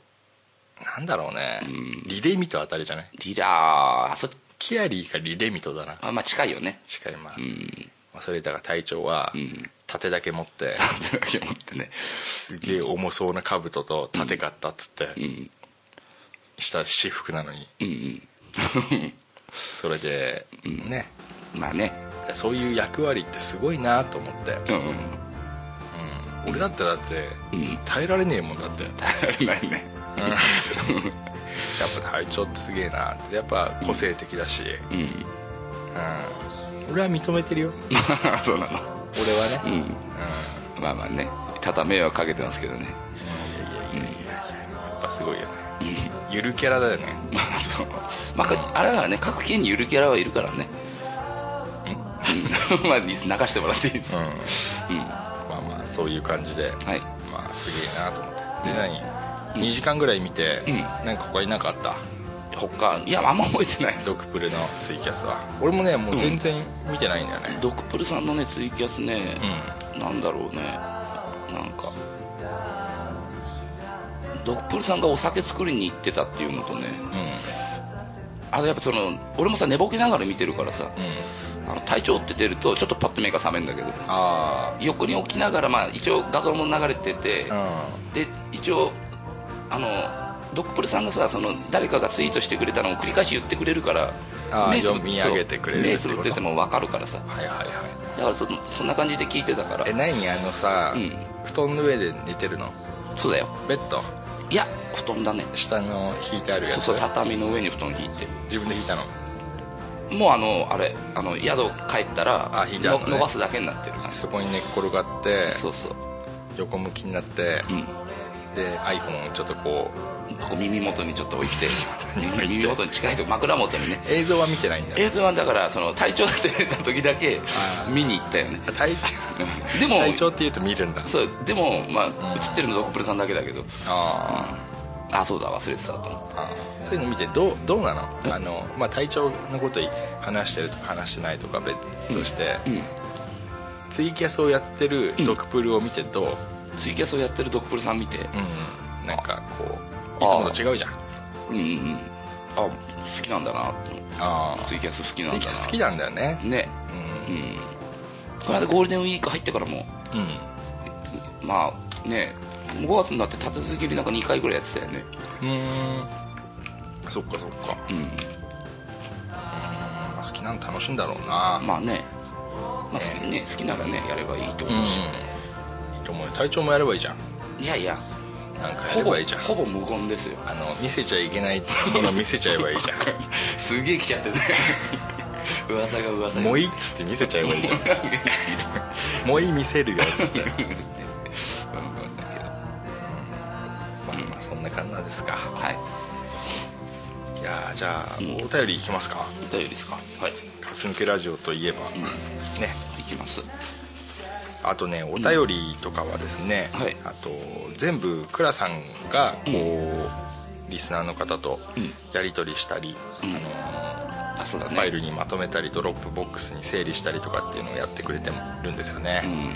Speaker 4: なんだろうね、リレミトあたりじゃないう
Speaker 3: リラーあそ
Speaker 4: キアリーかリレミトだな
Speaker 3: あまあ近いよね
Speaker 4: 近いまあ、
Speaker 3: うん
Speaker 4: まあそれだから隊長は
Speaker 3: うん
Speaker 4: 盾だけ持って、
Speaker 3: 手だけ持ってね
Speaker 4: すげえ重そうな兜と盾買ったっつって、
Speaker 3: うん
Speaker 4: した私服なのに
Speaker 3: うん
Speaker 4: それで、ね
Speaker 3: うん まあね
Speaker 4: そういう役割ってすごいなと思って、
Speaker 3: うんうん
Speaker 4: うん俺だったらだって、
Speaker 3: うん
Speaker 4: 耐えられねえもんだってやっ
Speaker 3: 耐えられないね
Speaker 4: ぱ隊長ってすげえなってやっぱ個性的だし、
Speaker 3: うん
Speaker 4: 俺は認めてるよ
Speaker 3: そうなの
Speaker 4: 俺はね、
Speaker 3: う
Speaker 4: うん
Speaker 3: んまあまあねただ迷惑かけてますけどね
Speaker 4: いやいやいやいややっぱすごいよねゆるキャラだよね
Speaker 3: まあそうまああれだからね各県にゆるキャラはいるからねうん まあ流してもらっていいです
Speaker 4: うん
Speaker 3: うん
Speaker 4: まあまあそういう感じで、
Speaker 3: はい
Speaker 4: まあすげえなと思ってで何、2時間ぐらい見て、
Speaker 3: うん
Speaker 4: なんか他になかった
Speaker 3: 他いやあんま覚えてない
Speaker 4: ドクプルのツイキャスは俺もねもう全然見てないんだよね
Speaker 3: ドクプルさんのねツイキャスね
Speaker 4: うん、、
Speaker 3: なんだろうねなんかドクプルさんがお酒作りに行ってたっていうのとね
Speaker 4: う
Speaker 3: あとやっぱその俺もさ寝ぼけながら見てるからさ
Speaker 4: んうん
Speaker 3: あの体調って出るとちょっとパッと目が覚めるんだけど
Speaker 4: あ
Speaker 3: 横に起きながらまあ一応画像も流れてて
Speaker 4: あ
Speaker 3: で一応あのドクプルさんがさその誰かがツイートしてくれたのを繰り返し言ってくれるから
Speaker 4: あー
Speaker 3: 目つぶ
Speaker 4: 読み上げてくれる
Speaker 3: そう
Speaker 4: ってこと
Speaker 3: 目つぶってても分かるからさ
Speaker 4: はいはいはい
Speaker 3: だからそそんな感じで聞いてたから
Speaker 4: え何あのさ、
Speaker 3: うん
Speaker 4: 布団の上で寝てるの
Speaker 3: そうだよ
Speaker 4: ベッド
Speaker 3: いや布団だね
Speaker 4: 下の引いてあるやつ
Speaker 3: そうそう畳の上に布団引いて
Speaker 4: 自分で引いたの
Speaker 3: もうあのあれあの宿帰ったら
Speaker 4: あ引いてあるのね
Speaker 3: の伸ばすだけになってる感じ
Speaker 4: そこに寝っ転がって
Speaker 3: そうそう
Speaker 4: 横向きになって、
Speaker 3: うん
Speaker 4: で iPhone をちょっとこ
Speaker 3: ここ耳元にちょっと置い て耳元に近いとこ枕元にね
Speaker 4: う映像は見てないんだ
Speaker 3: 映像はだからその体調が出た時だけ
Speaker 4: あー
Speaker 3: 見に行ったよね
Speaker 4: あ体調
Speaker 3: でも
Speaker 4: 体調っていうと見るんだ
Speaker 3: そうでもまあ
Speaker 4: うん
Speaker 3: 映ってるのドクプルさんだけだけど
Speaker 4: あ
Speaker 3: あそうだ忘れてたと思っ
Speaker 4: ーあーそういうの見てどうどうな
Speaker 3: え
Speaker 4: のあの、まあ、体調のこと話してるとか話してないとか別として、
Speaker 3: てうん
Speaker 4: ツイキャスをやってるドクプルを見てどう、
Speaker 3: ツイキャスをやってるドクプルさん見て
Speaker 4: うん、なんかこうい
Speaker 3: あ
Speaker 4: つもと違うじゃん
Speaker 3: うんうんうんあ好きなんだなと思って
Speaker 4: ああ
Speaker 3: ツイキャス好きなん
Speaker 4: ツ
Speaker 3: だ
Speaker 4: イ
Speaker 3: な
Speaker 4: キャス好きなんだよね
Speaker 3: ね
Speaker 4: うん
Speaker 3: うんこの間ゴールデンウィーク入ってからも
Speaker 4: うん
Speaker 3: まあね5月になって立て続けになんか2回ぐらいやってたよね
Speaker 4: うーんそっかそっか
Speaker 3: うん
Speaker 4: まあ好きなの楽しいんだろうな、
Speaker 3: まあね、まあ、好きね好きならねやればいいと思うし、
Speaker 4: うんいいと思うよ体調もやればいいじゃん
Speaker 3: いやいや
Speaker 4: なんかや
Speaker 3: ほ
Speaker 4: れ
Speaker 3: ぼ
Speaker 4: ばいいじゃん
Speaker 3: ほぼ無言ですよ
Speaker 4: あの見せちゃいけないもの見せちゃえばいいじゃ
Speaker 3: すげえ来ちゃってね 噂が噂
Speaker 4: ん「
Speaker 3: が
Speaker 4: もういい」っつって見せちゃえばいいじゃん「 もういい見せるよ」っつって
Speaker 3: うんだけど
Speaker 4: まあまあそんな感じなんですか
Speaker 3: はい
Speaker 4: いやーじゃあ
Speaker 3: うん
Speaker 4: お便りいきますか
Speaker 3: お便りですかはい
Speaker 4: かす抜けラジオといえば
Speaker 3: うん
Speaker 4: ね
Speaker 3: いきます
Speaker 4: あとねお便りとかはですね、
Speaker 3: うんはい
Speaker 4: あと全部倉さんがこう、リスナーの方と
Speaker 3: うん
Speaker 4: やり取りしたり、
Speaker 3: うん
Speaker 4: あ
Speaker 3: あそうだ
Speaker 4: の
Speaker 3: ね
Speaker 4: ファイルにまとめたりドロップボックスに整理したりとかっていうのをやってくれてるんですよね、
Speaker 3: うん
Speaker 4: 本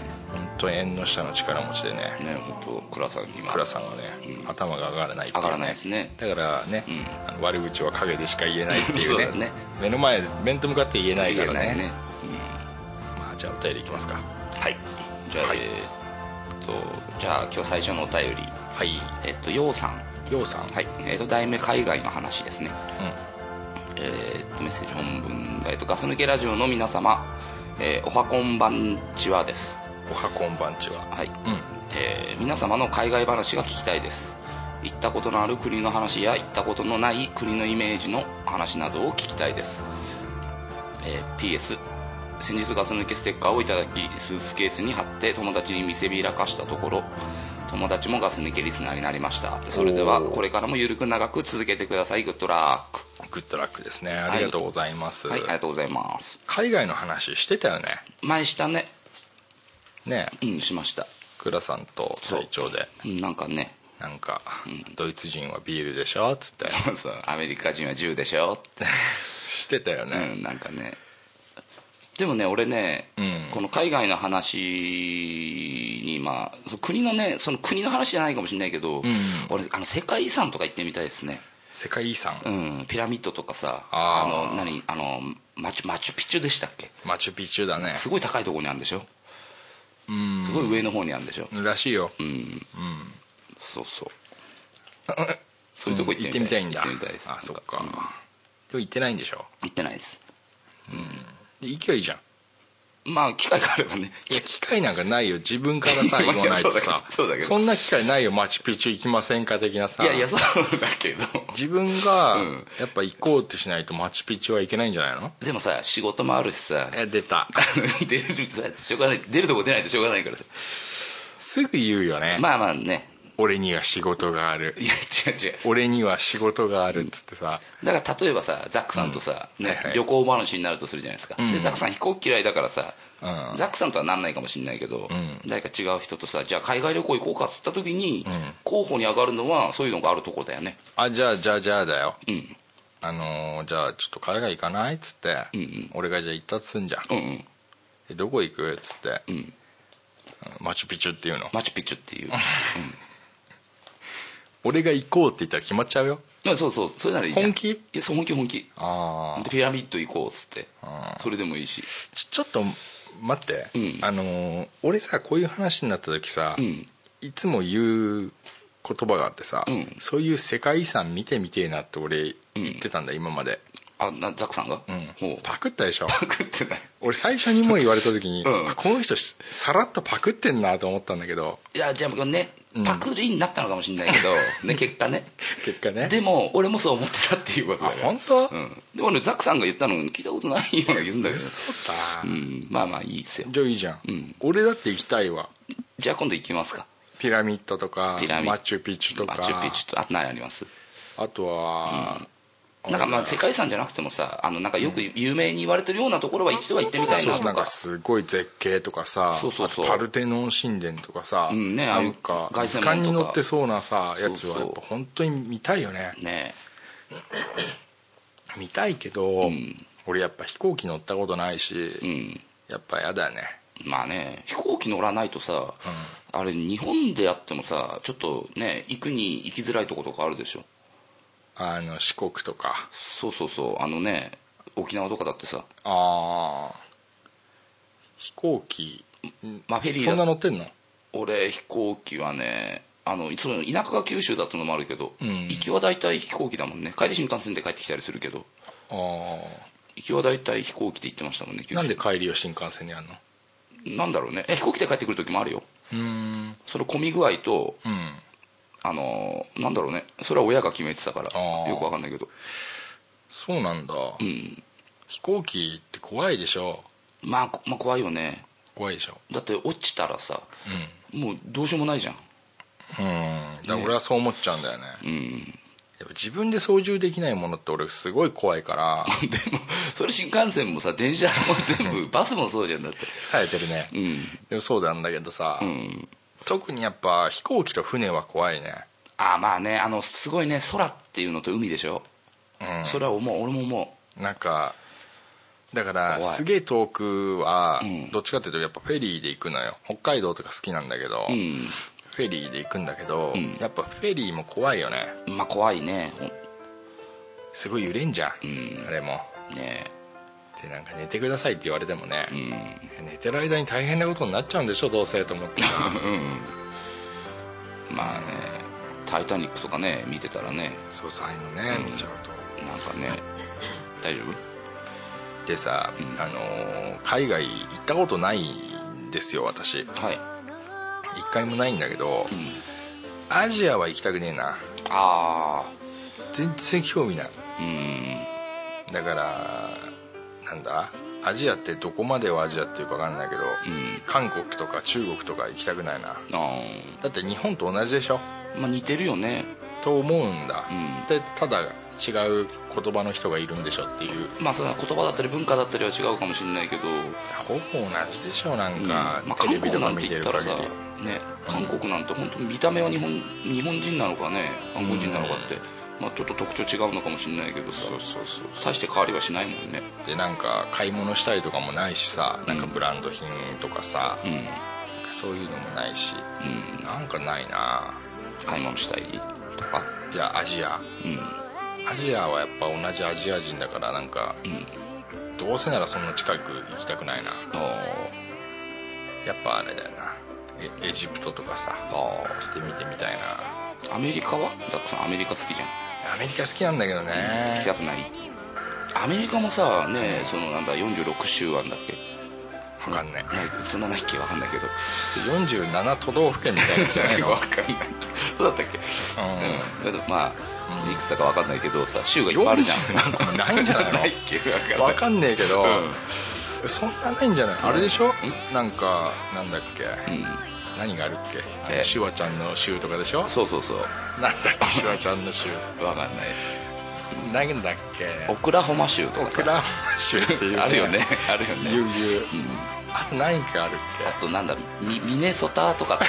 Speaker 4: 当に縁の下の力持ちでね
Speaker 3: ね本当倉さん今
Speaker 4: 倉さんはね、
Speaker 3: うん
Speaker 4: 頭が上がらないっていうね
Speaker 3: 上がらないですね
Speaker 4: だからね、
Speaker 3: うん
Speaker 4: あの悪口は陰でしか言えないってい
Speaker 3: そうう
Speaker 4: ね
Speaker 3: だね
Speaker 4: 目の前面と向かって言えないからね
Speaker 3: 言えない
Speaker 4: まあ、じゃあお便りいきますか
Speaker 3: うんはいじゃあ、
Speaker 4: はい
Speaker 3: えーっとじゃあ今日最初のお便り
Speaker 4: はい
Speaker 3: えっとようさん
Speaker 4: ようさん、
Speaker 3: はいえっと題名海外の話ですね
Speaker 4: うん
Speaker 3: えーっとメッセージ本文大とガス抜けラジオの皆様、えーおはこんばんちはです
Speaker 4: おはこんばんちは
Speaker 3: はい、
Speaker 4: うん
Speaker 3: えー皆様の海外話が聞きたいです行ったことのある国の話や行ったことのない国のイメージの話などを聞きたいです、えー PS 先日ガス抜けステッカーをいただきスーツケースに貼って友達に見せびらかしたところ友達もガス抜けリスナーになりましたそれでは
Speaker 4: おー
Speaker 3: これからもゆるく長く続けてくださいグッドラック
Speaker 4: グッドラックですねありがとうございます、
Speaker 3: はいありがとうございます
Speaker 4: 海外の話してたよね
Speaker 3: 前したね
Speaker 4: ね
Speaker 3: うんしました
Speaker 4: 倉さんと隊長で
Speaker 3: うんなんかね
Speaker 4: なんか、ドイツ人はビールでしょ」っつって
Speaker 3: そうアメリカ人は銃でしょって
Speaker 4: してたよ
Speaker 3: う
Speaker 4: ね
Speaker 3: ん、なんかねでもね俺ね、
Speaker 4: うん
Speaker 3: この海外の話にまあそ国のねその国の話じゃないかもしれないけど、
Speaker 4: ん
Speaker 3: 俺あの世界遺産とか行ってみたいですね、
Speaker 4: 世界遺産、
Speaker 3: うん、ピラミッドとかさ
Speaker 4: あー
Speaker 3: の何あのマチュマチュピチュでしたっけ
Speaker 4: マチュピチュだね
Speaker 3: すごい高いところにあるんでしょ
Speaker 4: うん
Speaker 3: すごい上の方にあるんでしょ
Speaker 4: らしいよ、
Speaker 3: うん、
Speaker 4: うん
Speaker 3: そうそうそういうとこ行
Speaker 4: 行
Speaker 3: っ
Speaker 4: ってて
Speaker 3: み
Speaker 4: み
Speaker 3: た
Speaker 4: た
Speaker 3: い
Speaker 4: い
Speaker 3: で
Speaker 4: んだ
Speaker 3: す行ってみたいです
Speaker 4: あそっか、
Speaker 3: うん
Speaker 4: でも行ってないんでしょ
Speaker 3: 行ってないです
Speaker 4: で行きゃいいじゃん
Speaker 3: まあ機会があればね
Speaker 4: いや機会なんかないよ自分からさ
Speaker 3: いや
Speaker 4: 言わないと
Speaker 3: そうだ
Speaker 4: さ
Speaker 3: けどそうだけど
Speaker 4: んな機会ないよマチュピチュ行きませんか的なさ
Speaker 3: いやいやそうだけど
Speaker 4: 自分が
Speaker 3: うん
Speaker 4: やっぱ行こうってしないとマチュピチュはいけないんじゃないの
Speaker 3: でもさ仕事もあるしさ
Speaker 4: え出た
Speaker 3: 出るさしょうがない出るとこ出ないとしょうがないからさ
Speaker 4: すぐ言うよね、
Speaker 3: まあまあね
Speaker 4: 俺には仕事がある
Speaker 3: いや違う違う
Speaker 4: 俺には仕事があるっつってさ、
Speaker 3: だから例えばさザックさんとさ、ね
Speaker 4: はいはい
Speaker 3: 旅行話になるとするじゃないですか、
Speaker 4: うん
Speaker 3: でザックさん飛行機嫌いだからさ、
Speaker 4: うん
Speaker 3: ザックさんとはなんないかもしれないけど、
Speaker 4: うん
Speaker 3: 誰か違う人とさじゃあ海外旅行行こうかっつった時に、
Speaker 4: うん
Speaker 3: 候補に上がるのはそういうのがあるとこだよね
Speaker 4: あじゃあじゃあじゃあだよ
Speaker 3: うん
Speaker 4: あのーじゃあちょっと海外行かないっつって、
Speaker 3: うんうん
Speaker 4: 俺がじゃあ行ったとすんじゃん、
Speaker 3: うんうん
Speaker 4: えどこ行くっつって、
Speaker 3: ん
Speaker 4: マチュピチュっていうの
Speaker 3: マチュピチュっていう、
Speaker 4: 俺が行こうって言ったら決まっちゃうよ
Speaker 3: うん、そうそうそれならいいじゃん
Speaker 4: 本気
Speaker 3: いやそう本気本気
Speaker 4: あ
Speaker 3: でピラミッド行こうっつって
Speaker 4: あ
Speaker 3: それでもいいし
Speaker 4: ちちょっと待って、
Speaker 3: うん
Speaker 4: あのー俺さこういう話になった時さ、
Speaker 3: うん
Speaker 4: いつも言う言葉があってさ、
Speaker 3: うん
Speaker 4: そういう世界遺産見てみてえなって俺言ってたんだ、今まで、
Speaker 3: あなザックさんが、
Speaker 4: うん
Speaker 3: ほう
Speaker 4: パクったでしょ
Speaker 3: パクってない
Speaker 4: 俺最初にもう言われた時に、
Speaker 3: うん
Speaker 4: あこの人さらっとパクってんなと思ったんだけど
Speaker 3: いやじゃあね
Speaker 4: うん
Speaker 3: パクリになったのかもしれないけど、ね結果ね
Speaker 4: 結果ね
Speaker 3: でも俺もそう思ってたっていうことだから
Speaker 4: あ本当
Speaker 3: うん、でもねザックさんが言ったの聞いたことないような気がするんだけど
Speaker 4: そうか
Speaker 3: うんまあまあいいですよ
Speaker 4: じゃあいいじゃん、
Speaker 3: うん
Speaker 4: 俺だって行きたいわ
Speaker 3: じゃあ今度行きますか
Speaker 4: ピラミッドとか
Speaker 3: ピラミッド
Speaker 4: マチュピチュとか
Speaker 3: マチュピチュとあと何あります
Speaker 4: あとは、
Speaker 3: なんかまあ世界遺産じゃなくてもさあのなんかよく有名に言われてるようなところは一度は行ってみたい
Speaker 4: そう
Speaker 3: な
Speaker 4: そう
Speaker 3: と
Speaker 4: なん
Speaker 3: か
Speaker 4: かすごい絶景とかさ
Speaker 3: そうそうそう
Speaker 4: あとパルテノン神殿とかさ、
Speaker 3: うんね
Speaker 4: なんか
Speaker 3: あの凱
Speaker 4: 図
Speaker 3: 旋門とか
Speaker 4: 鑑に載ってそうなさやつは
Speaker 3: そうそう
Speaker 4: やっぱ本当に見たいよね
Speaker 3: ね
Speaker 4: 見たいけど、
Speaker 3: うん
Speaker 4: 俺やっぱ飛行機乗ったことないし、
Speaker 3: うん
Speaker 4: やっぱやだね
Speaker 3: まあね飛行機乗らないとさ、あれ日本でやってもさちょっとね行くに行きづらいとことかあるでしょ
Speaker 4: あの四国とか
Speaker 3: そうそうそうあのね沖縄とかだってさ
Speaker 4: ああ飛行機
Speaker 3: まあフェリーだ
Speaker 4: そんな乗ってんの
Speaker 3: 俺飛行機はねあのその田舎が九州だってのもあるけど、
Speaker 4: うん
Speaker 3: 行きは大体飛行機だもんね帰り新幹線で帰ってきたりするけど
Speaker 4: あ
Speaker 3: 行きは大体飛行機で行ってましたもんね九
Speaker 4: あ
Speaker 3: 州
Speaker 4: なんで帰りを新幹線にやるの
Speaker 3: なんだろうねえ飛行機で帰ってくる時もあるよ
Speaker 4: うーん
Speaker 3: その混み具合と
Speaker 4: うん
Speaker 3: あのーなんだろうねそれは親が決めてたか
Speaker 4: あー
Speaker 3: らよくわかんないけど
Speaker 4: そうなんだ、
Speaker 3: うん
Speaker 4: 飛行機って怖いでしょ
Speaker 3: まあ、こまあ怖いよね
Speaker 4: 怖いでしょ
Speaker 3: だって落ちたらさ
Speaker 4: うん
Speaker 3: もうどうしようもないじゃん
Speaker 4: うんだから俺はそう思っちゃうんだよね
Speaker 3: うん
Speaker 4: やっぱ自分で操縦できないものって俺すごい怖いから
Speaker 3: でもそれ新幹線もさ電車も全部バスもそうじゃんだって
Speaker 4: 冴えてるね
Speaker 3: うん
Speaker 4: でもそうなんだけどさ、
Speaker 3: うん
Speaker 4: 特にやっぱ飛行機と船は怖いね
Speaker 3: ああまあねあのすごいね空っていうのと海でしょ、それは思う俺も思
Speaker 4: なんかだから
Speaker 3: 怖い
Speaker 4: すげえ遠くは
Speaker 3: うん
Speaker 4: どっちかっていうとやっぱフェリーで行くのよ北海道とか好きなんだけど、
Speaker 3: ううん
Speaker 4: フェリーで行くんだけど、
Speaker 3: ん
Speaker 4: やっぱフェリーも怖いよね
Speaker 3: まあ怖いね
Speaker 4: すごい揺れんじゃん、
Speaker 3: うん
Speaker 4: あれも
Speaker 3: ほんね
Speaker 4: でなんか寝てくださいって言われてもね
Speaker 3: えう、ん
Speaker 4: 寝てる間に大変なことになっちゃうんでしょどうせと思ってさ
Speaker 3: うんまあね「タイタニック」とかね見てたらね
Speaker 4: そうさああいうのね、
Speaker 3: うん
Speaker 4: 見ちゃうと
Speaker 3: なんかね大丈夫
Speaker 4: でさ、
Speaker 3: うん
Speaker 4: あのー海外行ったことないんですよ私一
Speaker 3: はい、
Speaker 4: 回もないんだけど、
Speaker 3: うん、
Speaker 4: アジアは行きたくねえな
Speaker 3: あ
Speaker 4: 全然興味ない
Speaker 3: あうん
Speaker 4: だからなんだアジアってどこまでをアジアっていうか分かんないけど、
Speaker 3: うん
Speaker 4: 韓国とか中国とか行きたくないな
Speaker 3: あ
Speaker 4: だって日本と同じでしょ
Speaker 3: ーまあ似てるよね
Speaker 4: と思うんだ、
Speaker 3: うん
Speaker 4: でただ違う言葉の人がいるんでしょっていう
Speaker 3: まあそれは言葉だったり文化だったりは違うかもしれないけど
Speaker 4: ほぼ同じでしょなん
Speaker 3: うん
Speaker 4: か、
Speaker 3: まあ、
Speaker 4: テレ
Speaker 3: 韓
Speaker 4: ビ
Speaker 3: 国
Speaker 4: と
Speaker 3: な
Speaker 4: か
Speaker 3: ん
Speaker 4: 見
Speaker 3: て
Speaker 4: て
Speaker 3: 言っ
Speaker 4: る
Speaker 3: たら
Speaker 4: 限
Speaker 3: さ、
Speaker 4: り
Speaker 3: ね、韓国なんて本当見た目は日本日本人なのかね韓国人なのかって、まあ、ちょっと特徴違うのかもしれないけどさ
Speaker 4: そうそうそう
Speaker 3: 大して変わりはしないもんね
Speaker 4: でなんか買い物したりとかもないしさなんか
Speaker 3: うん
Speaker 4: ブランド品とかさ、
Speaker 3: うん、
Speaker 4: なんかそういうのもないし
Speaker 3: うん、
Speaker 4: なんかないな
Speaker 3: 買い物したいとか
Speaker 4: いやアジア
Speaker 3: うん
Speaker 4: アジアはやっぱ同じアジア人だからなんか、どうせならそんな近く行きたくないな
Speaker 3: あ
Speaker 4: やっぱあれだよなエエジプトとかさ
Speaker 3: あ
Speaker 4: 行ってみてみたいな
Speaker 3: ーアメリカはザックさんアメリカ好きじゃん
Speaker 4: アメリカ好きなんだけど
Speaker 3: 行
Speaker 4: ね
Speaker 3: きたくないアメリカもさねそのなんだ46州あんだっけ
Speaker 4: 分かんない
Speaker 3: ないそんなないっけわかんないけど
Speaker 4: 47都道府県みたいなやつじゃ ないの
Speaker 3: わかんないそうだったっけうん、だってまあいくつだかわかんないけどさ州がいっぱいあるじゃん
Speaker 4: 40なんかもないんじゃないの
Speaker 3: っけわかんない
Speaker 4: 分かんねえけど、
Speaker 3: うん
Speaker 4: そんなないんじゃないあれでしょ
Speaker 3: ん
Speaker 4: なんかなんだっけ、何があるっけあの
Speaker 3: え
Speaker 4: シュワちゃんの州とかでしょ
Speaker 3: うんそうそうそう
Speaker 4: なんだっけシュワちゃんの州
Speaker 3: わかんない
Speaker 4: なんだっけ
Speaker 3: オクラホマ州と
Speaker 4: オ
Speaker 3: かさ
Speaker 4: クラホマ州っていう、
Speaker 3: あるよねあるよ
Speaker 4: ゆ
Speaker 3: ね
Speaker 4: うゆう
Speaker 3: うん
Speaker 4: あと何かあるっ
Speaker 3: あとなんだミミネソタとかだっ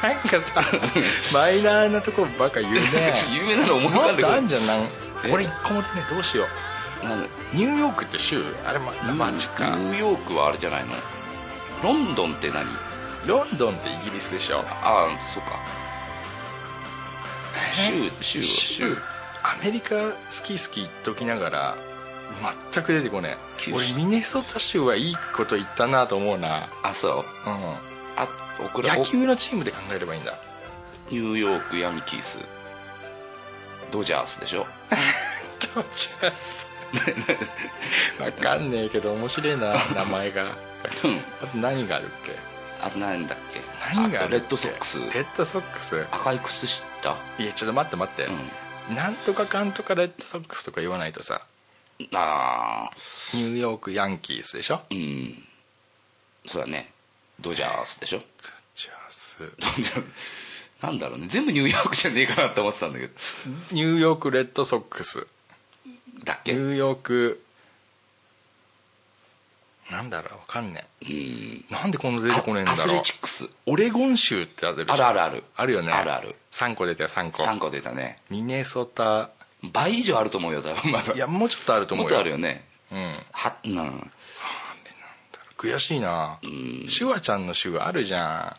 Speaker 4: けなんかさ マイナーなとこばっか言う ね
Speaker 3: け有名なの思い浮
Speaker 4: も
Speaker 3: か
Speaker 4: っ
Speaker 3: んで
Speaker 4: と
Speaker 3: く
Speaker 4: あ
Speaker 3: る
Speaker 4: んじゃんなん
Speaker 3: え
Speaker 4: 俺一個も出てねえどうしよ
Speaker 3: なんだ
Speaker 4: うニューヨークって州あれまマジか
Speaker 3: ニューヨークはあれじゃないのロンドンって何
Speaker 4: ロンドンってイギリスでしょ
Speaker 3: ああそうか州州は州
Speaker 4: アメリカ好き好き言っときながら全く出てこねえ
Speaker 3: 九州
Speaker 4: 俺ミネソタ州はいいこと言ったなと思うな
Speaker 3: あそう
Speaker 4: う
Speaker 3: あオク
Speaker 4: ん
Speaker 3: ラ
Speaker 4: 野球のチームで考えればいいんだ
Speaker 3: ニューヨークヤンキースドジャースでしょ
Speaker 4: ドジャースわかんねえけど面白い な名前が
Speaker 3: うん
Speaker 4: あと何があるっけ
Speaker 3: あと何だっけ
Speaker 4: 何があ
Speaker 3: あ
Speaker 4: るっけ
Speaker 3: とレッドソックス
Speaker 4: レッドソックス
Speaker 3: 赤い靴下
Speaker 4: いやちょっと待って待って、
Speaker 3: うん
Speaker 4: なんとかかんとかレッドソックスとか言わないとさ
Speaker 3: ああ
Speaker 4: ニューヨークヤンキースでしょ
Speaker 3: うんそうだねドジャースでしょ
Speaker 4: ドジャース
Speaker 3: ドジャーなんだろうね全部ニューヨークじゃねえかなって思ってたんだけど
Speaker 4: ニューヨークレッドソックス
Speaker 3: だっけ
Speaker 4: ニ
Speaker 3: う
Speaker 4: ューヨークなんだろうわかんね
Speaker 3: ん
Speaker 4: えなんでこんな出てこねえんだ
Speaker 3: あアス
Speaker 4: ろう
Speaker 3: レチックス
Speaker 4: オレゴン州ってあるでしょ
Speaker 3: あるあるある
Speaker 4: あるよね
Speaker 3: あるある
Speaker 4: 3個出たよ3個
Speaker 3: 3個出たね
Speaker 4: ミネソタ
Speaker 3: 倍以上あると思うよ多分まだ
Speaker 4: いやもうちょっとあると思
Speaker 3: も
Speaker 4: う
Speaker 3: っ
Speaker 4: よ
Speaker 3: とあるよね
Speaker 4: うん
Speaker 3: はうん
Speaker 4: 悔しいなシュワちゃんの手話あるじゃ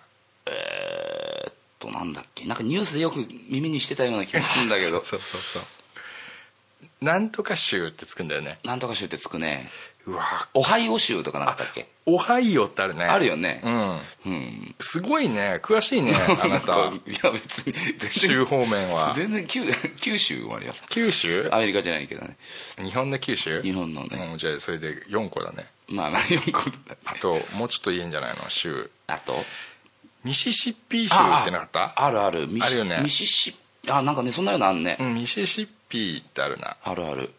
Speaker 3: となんだっけなんかニュースでよく耳にしてたような気がするんだけ
Speaker 4: ん
Speaker 3: ど
Speaker 4: そうそうそうなんとか州ってつくんだよね
Speaker 3: なんとか州ってつくね
Speaker 4: うわ
Speaker 3: オハイオ州とかなかったっけ
Speaker 4: オハイオってあるね
Speaker 3: あるよね
Speaker 4: うん
Speaker 3: うん
Speaker 4: すごいね詳しいね あなた
Speaker 3: いや別に全
Speaker 4: 州
Speaker 3: 然
Speaker 4: 方面は
Speaker 3: 全然九九州もあります
Speaker 4: 九州
Speaker 3: アメリカじゃないけどね
Speaker 4: 日本の九州
Speaker 3: 日本のね
Speaker 4: うんじゃあそれで4個だね
Speaker 3: まあまあ4個だ
Speaker 4: あともうちょっと言えんじゃないの州
Speaker 3: あと
Speaker 4: ミシシッピ州ってなかった
Speaker 3: あるあるミシ
Speaker 4: あるよね
Speaker 3: ミシシッピあなんかねそんなようなあんね
Speaker 4: うんミシシッピってあるな
Speaker 3: あるある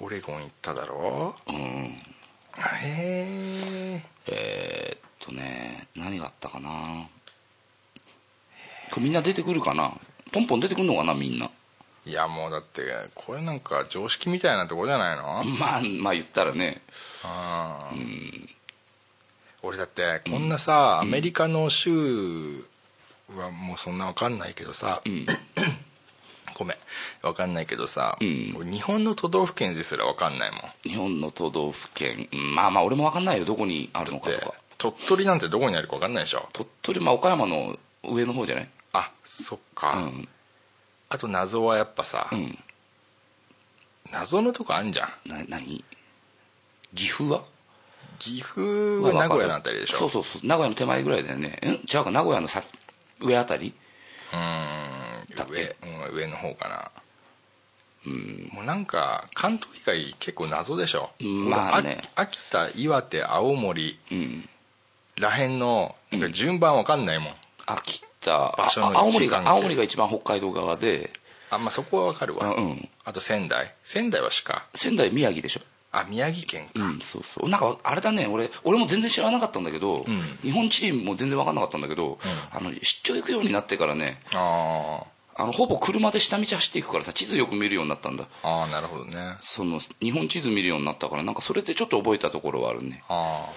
Speaker 4: オレゴン行っただろ
Speaker 3: うん
Speaker 4: へえ
Speaker 3: えーっとね何があったかなこれみんな出てくるかなポンポン出てくるのかなみんない
Speaker 4: やもうだってこれなんか常識みたいなとこじゃないの、
Speaker 3: まあまあ言ったらね
Speaker 4: あー俺だってこんなさ、アメリカの州はもうそんなわかんないけどさ、
Speaker 3: ん
Speaker 4: ごめんわかんないけどさ、
Speaker 3: うん
Speaker 4: 俺日本の都道府県ですらわかんないもん
Speaker 3: 日本の都道府県うんまあまあ俺も分かんないよどこにあるのかと
Speaker 4: で
Speaker 3: か
Speaker 4: 鳥取なんてどこにあるかわかんないでしょ
Speaker 3: 鳥取まあ岡山の上の方じゃない
Speaker 4: あそっ
Speaker 3: う
Speaker 4: か、
Speaker 3: ん
Speaker 4: あと謎はやっぱさ、
Speaker 3: うん
Speaker 4: 謎のとこあんじゃん
Speaker 3: な何岐阜は
Speaker 4: 岐阜は名古屋のあたりでしょ
Speaker 3: そうそうそう名古屋の手前ぐらいだよねん違うか名古屋の先上あたり
Speaker 4: うー
Speaker 3: だ
Speaker 4: ん
Speaker 3: っ
Speaker 4: 上
Speaker 3: け
Speaker 4: うん上の方かなもうなんか関東以外結構謎でしょ、
Speaker 3: まあね
Speaker 4: 俺あ秋田岩手青森
Speaker 3: うん
Speaker 4: らへんのなんか順番わかんないもん、
Speaker 3: 秋田あ
Speaker 4: 場所の位置
Speaker 3: あ青森
Speaker 4: 関係
Speaker 3: が青森が一番北海道側で
Speaker 4: あまあそこはわかる
Speaker 3: あ
Speaker 4: わ、
Speaker 3: うん
Speaker 4: あと仙台仙台は鹿
Speaker 3: 仙台宮城でしょ
Speaker 4: あ宮城県か、
Speaker 3: うんそうそうなんかあれだね俺俺も全然知らなかったんだけど、
Speaker 4: ん
Speaker 3: 日本地理も全然分かんなかったんだけど、あの出張行くようになってからね
Speaker 4: あ
Speaker 3: あのほぼ車で下道走っていくからさ地図よく見るようになったんだ
Speaker 4: ーあーなるほどね
Speaker 3: その日本地図見るようになったからなんかそれでちょっと覚えたところはあるね
Speaker 4: ああ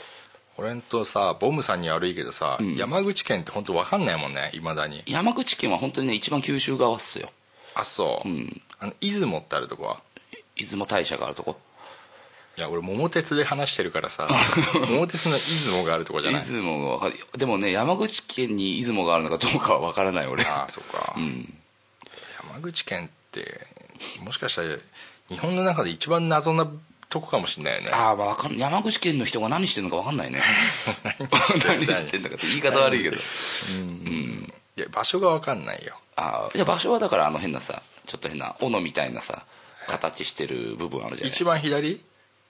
Speaker 4: 俺んとさボムさんに悪いけどさ、
Speaker 3: ん
Speaker 4: 山口県って本当わかんないもんねいまだに
Speaker 3: 山口県は本当にね一番九州側っすよ
Speaker 4: あそう、
Speaker 3: うん
Speaker 4: あの出雲ってあるとこは
Speaker 3: 出雲大社があるとこ
Speaker 4: いや俺桃鉄で話してるから さ桃鉄の出雲があるとこじゃない
Speaker 3: 出雲がわかるでもね山口県に出雲があるのかどうかは分からない俺
Speaker 4: ああそうか、
Speaker 3: うん
Speaker 4: 山口県ってもしかしたら日本の中で一番謎なとこかもしれないよね
Speaker 3: ああまあわかん山口県の人が何してんのか分か んないね
Speaker 4: ん
Speaker 3: 何
Speaker 4: だ
Speaker 3: してんだかって言い方悪いけど
Speaker 4: いや場所が分かんないよ
Speaker 3: ああいや場所はだからあの変なさちょっと変な斧みたいなさ形してる部分あるじゃない
Speaker 4: 一番左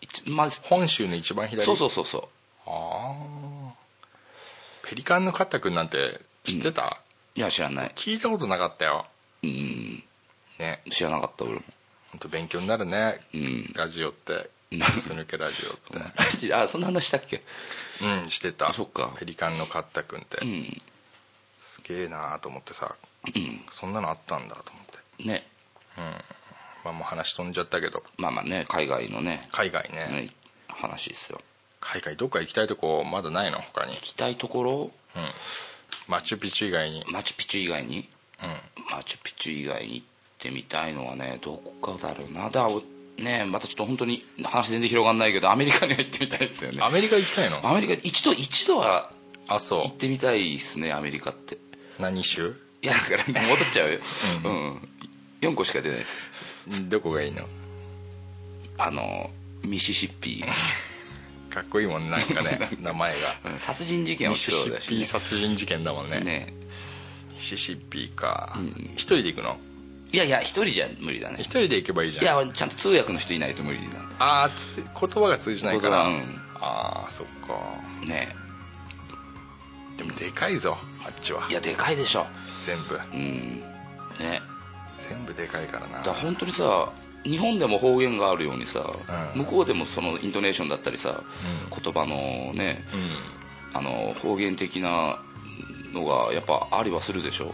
Speaker 3: 一番、まあ、そ
Speaker 4: 本州の一番左
Speaker 3: うそうそうそう
Speaker 4: ああペリカンのカッタ君なんて知ってた、
Speaker 3: いや知らない
Speaker 4: 聞いたことなかったよ
Speaker 3: うん
Speaker 4: ね
Speaker 3: 知らなかった俺も
Speaker 4: 本当勉強になるね、
Speaker 3: うん
Speaker 4: ラジオって
Speaker 3: うん
Speaker 4: すぬけラジオって
Speaker 3: あそんな話したっけ
Speaker 4: うんしてた
Speaker 3: あそっか
Speaker 4: ペリカンのカッタ君って、
Speaker 3: うん
Speaker 4: すげえなーと思ってさ
Speaker 3: うん
Speaker 4: そんなのあったんだと思って
Speaker 3: ね
Speaker 4: まあもう話飛んじゃったけど
Speaker 3: まあまあね海外のね
Speaker 4: 海外ね、
Speaker 3: ね話ですよ
Speaker 4: 海外どっか行きたいとこまだないの他に
Speaker 3: 行きたいところ
Speaker 4: うんマチュピチュ以外に
Speaker 3: マチュピチュ以外に
Speaker 4: う
Speaker 3: マチュピチュ以外に行ってみたいのはねどこかだろうなだおねまたちょっと本当に話全然広がんないけどアメリカには行ってみたいですよ
Speaker 4: んア
Speaker 3: ね
Speaker 4: メリカ行きたいの
Speaker 3: アメリカ一度一度は
Speaker 4: あそ
Speaker 3: 行ってみたいですねアメリカって
Speaker 4: う何州
Speaker 3: いやだから戻っちゃうよ、うん4個しか出ないです
Speaker 4: どこがいいの
Speaker 3: あのミシシッピ
Speaker 4: かっこいいも んねなんかね名前が
Speaker 3: 殺人事件
Speaker 4: ミ
Speaker 3: 起き
Speaker 4: シ
Speaker 3: そ
Speaker 4: シ
Speaker 3: うだ
Speaker 4: ッ
Speaker 3: しね
Speaker 4: ピ殺人事件だもんね
Speaker 3: ね
Speaker 4: シシッピーか
Speaker 3: うん
Speaker 4: 一人で行くの
Speaker 3: いやいや一人じゃ無理だね
Speaker 4: 一人で行けばいいじゃ
Speaker 3: い
Speaker 4: ん
Speaker 3: やちゃんと通訳の人いないと無理だ
Speaker 4: ああ言葉が通じないから、
Speaker 3: 言葉うん
Speaker 4: ああそっか
Speaker 3: ね
Speaker 4: でもでかいぞあっちはい
Speaker 3: やでかいでしょ
Speaker 4: 全部
Speaker 3: うんね
Speaker 4: 全部でかいからな
Speaker 3: だから本当にさ日本でも方言があるようにさ、
Speaker 4: うん
Speaker 3: 向こうでもそのイントネーションだったりさ、言葉のね
Speaker 4: う
Speaker 3: あの方言的なのがやっぱありはするでしょ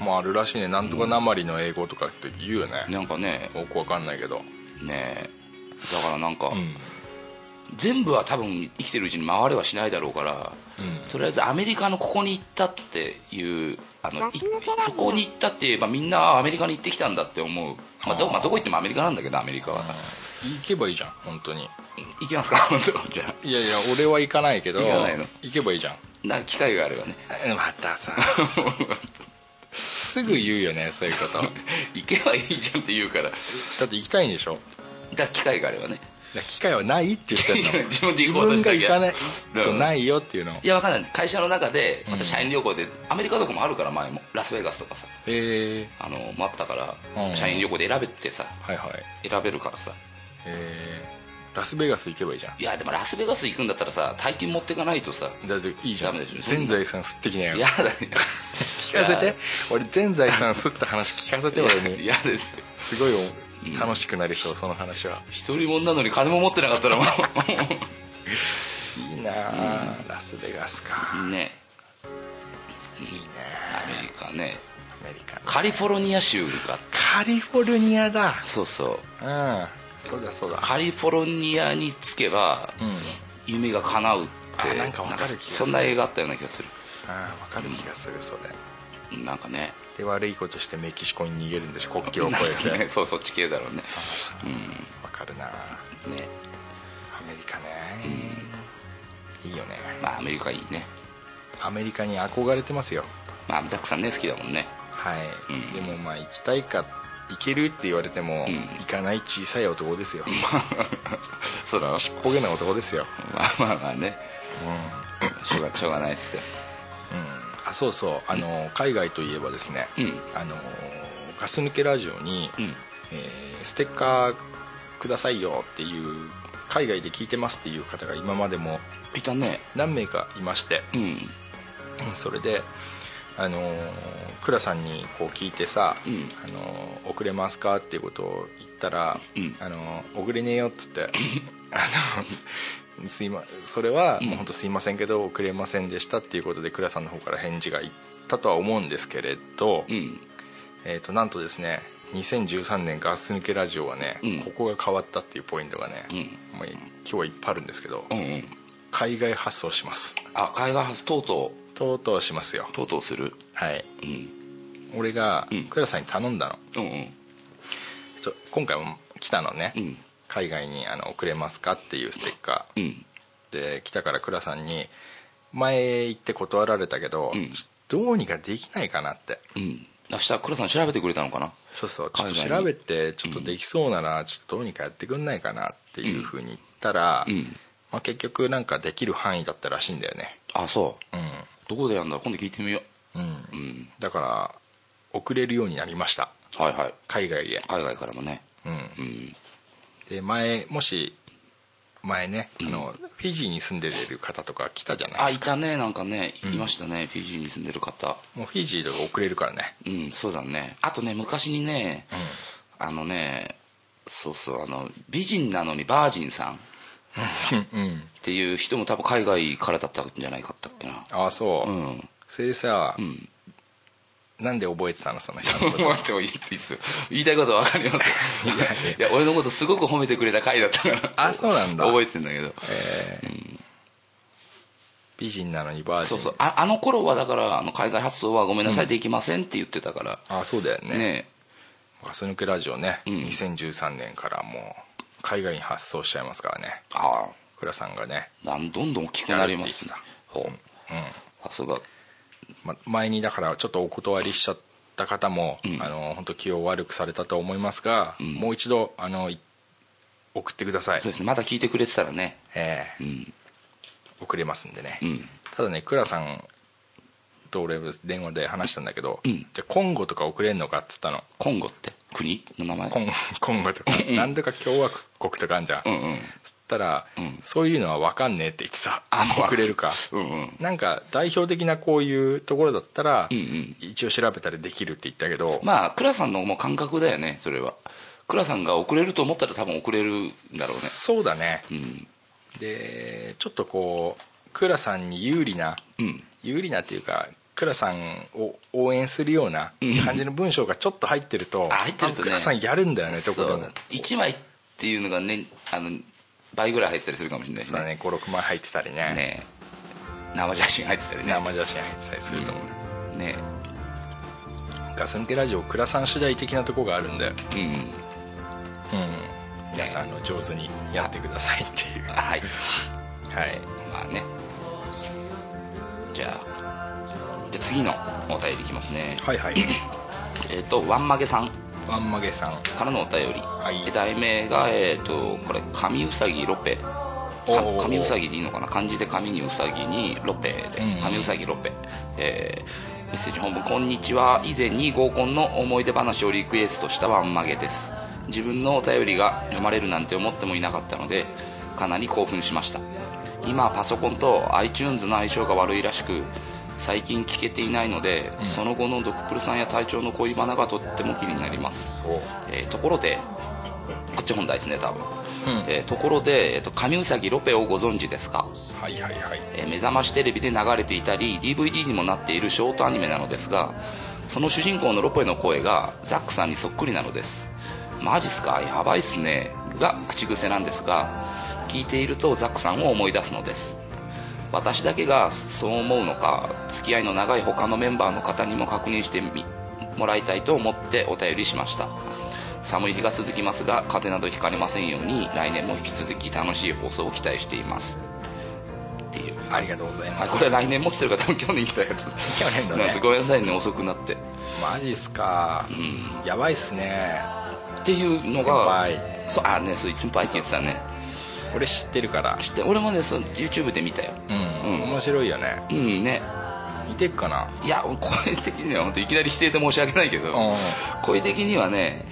Speaker 4: んまああるらしいねなんとかなまりの英語とかって言うよね
Speaker 3: なんかね
Speaker 4: よくわかんないけど
Speaker 3: ねだからなんか、
Speaker 4: うん
Speaker 3: 全部は多分生きてるうちに回れはしないだろうから、
Speaker 4: うん
Speaker 3: とりあえずアメリカのここに行ったっていうあのい
Speaker 5: ガス抜けラジオ
Speaker 3: そこに行ったって言えばみんなあアメリカに行ってきたんだって思う、まあどまあどこ行ってもアメリカなんだけどアメリカは、
Speaker 4: 行けばいいじゃん本当に
Speaker 3: 行きますか 本当じゃあ
Speaker 4: いやいや俺は行かないけど
Speaker 3: 行かないの
Speaker 4: 行けばいいじゃん
Speaker 3: なんか機会があればね
Speaker 4: またさすぐ言うよねそういうことだ
Speaker 3: 行けばいいじゃんって言うからだか
Speaker 4: って行きたいんでしょ
Speaker 3: ら機会があれ ばね
Speaker 4: いや機会はないって言ってんの
Speaker 3: 自分で
Speaker 4: 自
Speaker 3: 行こうと
Speaker 4: 分
Speaker 3: し
Speaker 4: が
Speaker 3: た
Speaker 4: 行かない
Speaker 3: だか
Speaker 4: と
Speaker 3: ら
Speaker 4: ないよっていうの
Speaker 3: いやわかんない会社の中でま
Speaker 4: うん
Speaker 3: た社員旅行で、アメリカとかもあるから前もラスベガスとかさ
Speaker 4: え
Speaker 3: あのもあったか
Speaker 4: う
Speaker 3: ら
Speaker 4: ん
Speaker 3: 社員旅行で選べってさ
Speaker 4: ー、はいはい
Speaker 3: 選べるからさ
Speaker 4: えー、ラスベガス行けばいいじゃん
Speaker 3: いやでもラスベガス行くんだったらさ大金持ってかないとさ
Speaker 4: だっていいじゃん
Speaker 3: ダメでしょ
Speaker 4: 全財産吸ってきなよ
Speaker 3: 嫌だよ
Speaker 4: 聞かせ て俺全財産吸った話聞かせて俺に
Speaker 3: 嫌ですよ
Speaker 4: すごいお楽しくなりそうその話は
Speaker 3: 一人もんなのに金も持ってなかったらも
Speaker 4: いいなあラスベガスか
Speaker 3: うね
Speaker 4: いいね
Speaker 3: アメリカね
Speaker 4: アメリカ
Speaker 3: カリフォルニア州が
Speaker 4: カリフォルニアだ
Speaker 3: そうそう
Speaker 4: うんそうだそうだ
Speaker 3: カリフォルニアに着けば
Speaker 4: うん
Speaker 3: 夢が叶うって
Speaker 4: あなんかわかる気がする
Speaker 3: なんかそんな映画あったような気がする
Speaker 4: ああ分かる気がするそれ
Speaker 3: なんかね
Speaker 4: で悪いことしてメキシコに逃げるんでしょ国境を
Speaker 3: なん
Speaker 4: 越えて
Speaker 3: かねそうそっち系だろうね
Speaker 4: 分かるなあ
Speaker 3: ね
Speaker 4: アメリカねいいよね
Speaker 3: まあアメリカいいね
Speaker 4: アメリカに憧れてますよ
Speaker 3: まあザックさんね好きだもんね
Speaker 4: はい、
Speaker 3: うん
Speaker 4: でもまあ行きたいか行けるって言われても、
Speaker 3: うん
Speaker 4: 行かない小さい男ですよ、
Speaker 3: そうだ
Speaker 4: ちっぽけな男ですよ、
Speaker 3: まあまあまあね
Speaker 4: うん
Speaker 3: しょうがしょうがないですよ
Speaker 4: うんあそうそうあの、海外といえばですね、
Speaker 3: うん
Speaker 4: あのガス抜けラジオに、
Speaker 3: うん
Speaker 4: えーステッカーくださいよっていう海外で聞いてますっていう方が今までも
Speaker 3: いたね
Speaker 4: 何名かいまして、
Speaker 3: うん
Speaker 4: うんそれであのー倉さんにこう聞いてさ、
Speaker 3: うん
Speaker 4: あのー遅れますかっていうことを言ったら、
Speaker 3: うん
Speaker 4: あのー遅れねえよっつってあのすいまそれは
Speaker 3: うん
Speaker 4: もう本当すいませんけど遅れませんでしたっていうことで倉さんの方から返事がいったとは思うんですけれど、
Speaker 3: うん
Speaker 4: えー、となんとですね2013年ガス抜けラジオはね、
Speaker 3: うん
Speaker 4: ここが変わったっていうポイントがね、
Speaker 3: う
Speaker 4: もう今日はいっぱいあるんですけど、
Speaker 3: うんうん
Speaker 4: 海外発送します
Speaker 3: あ海外発とうと
Speaker 4: とうとうしますよ
Speaker 3: うとうとうする
Speaker 4: はい
Speaker 3: うん
Speaker 4: 俺が
Speaker 3: うん
Speaker 4: 倉さんに頼んだの、
Speaker 3: うんうん
Speaker 4: ちょ今回も来たのね、
Speaker 3: うん
Speaker 4: 海外にあの送れますかっていうステッカ
Speaker 3: うん
Speaker 4: ーで来たから倉さんに前行って断られたけど、
Speaker 3: うん
Speaker 4: ちょっとどうにかできないかなって
Speaker 3: うん明日黒さん調べてくれたのかな
Speaker 4: そうそうちょっと
Speaker 3: 海外に
Speaker 4: 調べてちょっとできそうならちょっとどうにかやってくんないかなっていうふうに言ったら、
Speaker 3: うん
Speaker 4: まあ、結局なんかできる範囲だったらしいんだよね
Speaker 3: あそううどこでやるんだろう今度聞いてみよ
Speaker 4: ん、うん
Speaker 3: ううん
Speaker 4: だから送れるようになりました
Speaker 3: はいはい
Speaker 4: 海外へ、
Speaker 3: 海外からもね
Speaker 4: うん、
Speaker 3: うん
Speaker 4: で前もし前ね、
Speaker 3: ん
Speaker 4: あのフィジーに住んでる方とか来たじゃない
Speaker 3: あ
Speaker 4: で
Speaker 3: い
Speaker 4: すか
Speaker 3: たねなんかね
Speaker 4: うん
Speaker 3: いましたね PG に住んでる方
Speaker 4: もうフィジーとか遅れるからね
Speaker 3: うんそうだねあとね昔にね
Speaker 4: うん
Speaker 3: あのねそうそうあの美人なのにバージンさんっ
Speaker 4: うん
Speaker 3: ていう人も多分海外からだったんじゃないかったっけな
Speaker 4: ああそう、
Speaker 3: うん
Speaker 4: それでさ、
Speaker 3: うん
Speaker 4: なんで覚えてたのその人のこ
Speaker 3: 待ってもいいっすよ言いたいことは分かりますいや俺のことすごく褒めてくれた回だったから
Speaker 4: あそうなんだ
Speaker 3: 覚えてんだけど
Speaker 4: と、えー美人なのにバージン
Speaker 3: そうそうああの頃はだからあの海外発送はごめんなさいできませんって言ってたから、
Speaker 4: ああそうだよね
Speaker 3: ね
Speaker 4: ガス抜けラジオね、
Speaker 3: うん
Speaker 4: 2013年からもう海外に発送しちゃいますからね
Speaker 3: あ
Speaker 4: 倉さんがね
Speaker 3: あなんどんどん大きくなりますね
Speaker 4: やる
Speaker 3: ほう
Speaker 4: うん
Speaker 3: あそうだ
Speaker 4: ま、前にだからちょっとお断りしちゃった方も、
Speaker 3: ん
Speaker 4: あの本当気を悪くされたと思いますが、
Speaker 3: ん
Speaker 4: もう一度あのい送ってください
Speaker 3: そうですねまだ聞いてくれてたらね
Speaker 4: え
Speaker 3: うん
Speaker 4: え送れますんでね、
Speaker 3: うん
Speaker 4: ただね倉さんと俺電話で話したんだけど、
Speaker 3: うん
Speaker 4: じゃあコンゴとか送れんのかっつったの
Speaker 3: コンゴって国の名前
Speaker 4: コンコンゴとか何とか共和国とかあんじゃん、
Speaker 3: うんうん
Speaker 4: そったら、
Speaker 3: うん
Speaker 4: そういうのは分かんねえって言ってた
Speaker 3: あもう
Speaker 4: 送れるか
Speaker 3: うんうん
Speaker 4: なんか代表的なこういうところだったら、
Speaker 3: うんうん
Speaker 4: 一応調べたらできるって言ったけど、
Speaker 3: まあ倉さんのもう感覚だよねそれは倉さんが遅れると思ったら多分遅れるんだろ
Speaker 4: そうだね
Speaker 3: うね
Speaker 4: でちょっとこう倉さんに有利な
Speaker 3: うんうん
Speaker 4: 有利なっていうか倉さんを応援するような感じの文章がちょっと入ってると
Speaker 3: あ入ってると
Speaker 4: あ
Speaker 3: ね
Speaker 4: 倉さんやるんだよねと
Speaker 3: そ
Speaker 4: こ
Speaker 3: う
Speaker 4: ろ
Speaker 3: 1枚っていうのがねあの倍ぐらい入ってたりするかもしれないし
Speaker 4: そうだね56枚入ってたりね
Speaker 3: ね生写真入ってたりね
Speaker 4: 生写真入ってたりすると思う、
Speaker 3: うんね
Speaker 4: ガス抜けラジオ倉さん次第的なとこがあるんで、うん、
Speaker 3: うんうん
Speaker 4: 皆さんあの上手にやってくださいっていうは
Speaker 3: はい
Speaker 4: い
Speaker 3: まあねじゃあじゃあ次のお便りいきますね
Speaker 4: はい はい
Speaker 3: えっ、とワンマゲさん
Speaker 4: ワンマゲさん
Speaker 3: からのお便
Speaker 4: い
Speaker 3: り、え題名がえっ、とこれ「神うさぎロペ」か
Speaker 4: おー
Speaker 3: 神うさぎでいいのかな漢字で神にうさぎにロペで
Speaker 4: うん
Speaker 3: 神うさぎロペ、えーメッセージ本部こんにちは以前に合コンの思い出話をリクエストしたワンマゲです自分のお便りが読まれるなんて思ってもいなかったのでかなり興奮しました今パソコンと iTunes の相性が悪いらしく最近聞けていないので、その後のドクプルさんや隊長の恋バナがとっても気になります
Speaker 4: お
Speaker 3: えーところでこっち本題ですね多分、
Speaker 4: うん
Speaker 3: えーところで、えー、と神うさぎロペをご存知ですか、
Speaker 4: はいはいはい
Speaker 3: えー目覚ましテレビで流れていたり DVD にもなっているショートアニメなのですがその主人公のロペの声がザックさんにそっくりなのですマジっすかやばいっすねが口癖なんですが聞いているとザックさんを思い出すのです私だけがそう思うのか付き合いの長い他のメンバーの方にも確認してみもらいたいと思ってお便りしました寒い日が続きますが風邪などひかれませんように来年も引き続き楽しい放送を期待していますっていう
Speaker 4: ありがとうございま
Speaker 3: あ
Speaker 4: す
Speaker 3: これ来年持ってる方も去年来たやつ
Speaker 4: 去年だね
Speaker 3: なんですごめんなさいね遅くなって
Speaker 4: マジっすか、やばいっすね
Speaker 3: っていうの
Speaker 4: 先
Speaker 3: が
Speaker 4: 輩
Speaker 3: そうあねそういつもバイキンってたね
Speaker 4: 俺知ってるから
Speaker 3: 知って俺もねそう YouTube で見たよ
Speaker 4: うん、
Speaker 3: うん
Speaker 4: 面白いよね
Speaker 3: うんね
Speaker 4: 似てっかない
Speaker 3: や声的には本当いきなり否定で申し訳ないけど、
Speaker 4: う
Speaker 3: 声的にはね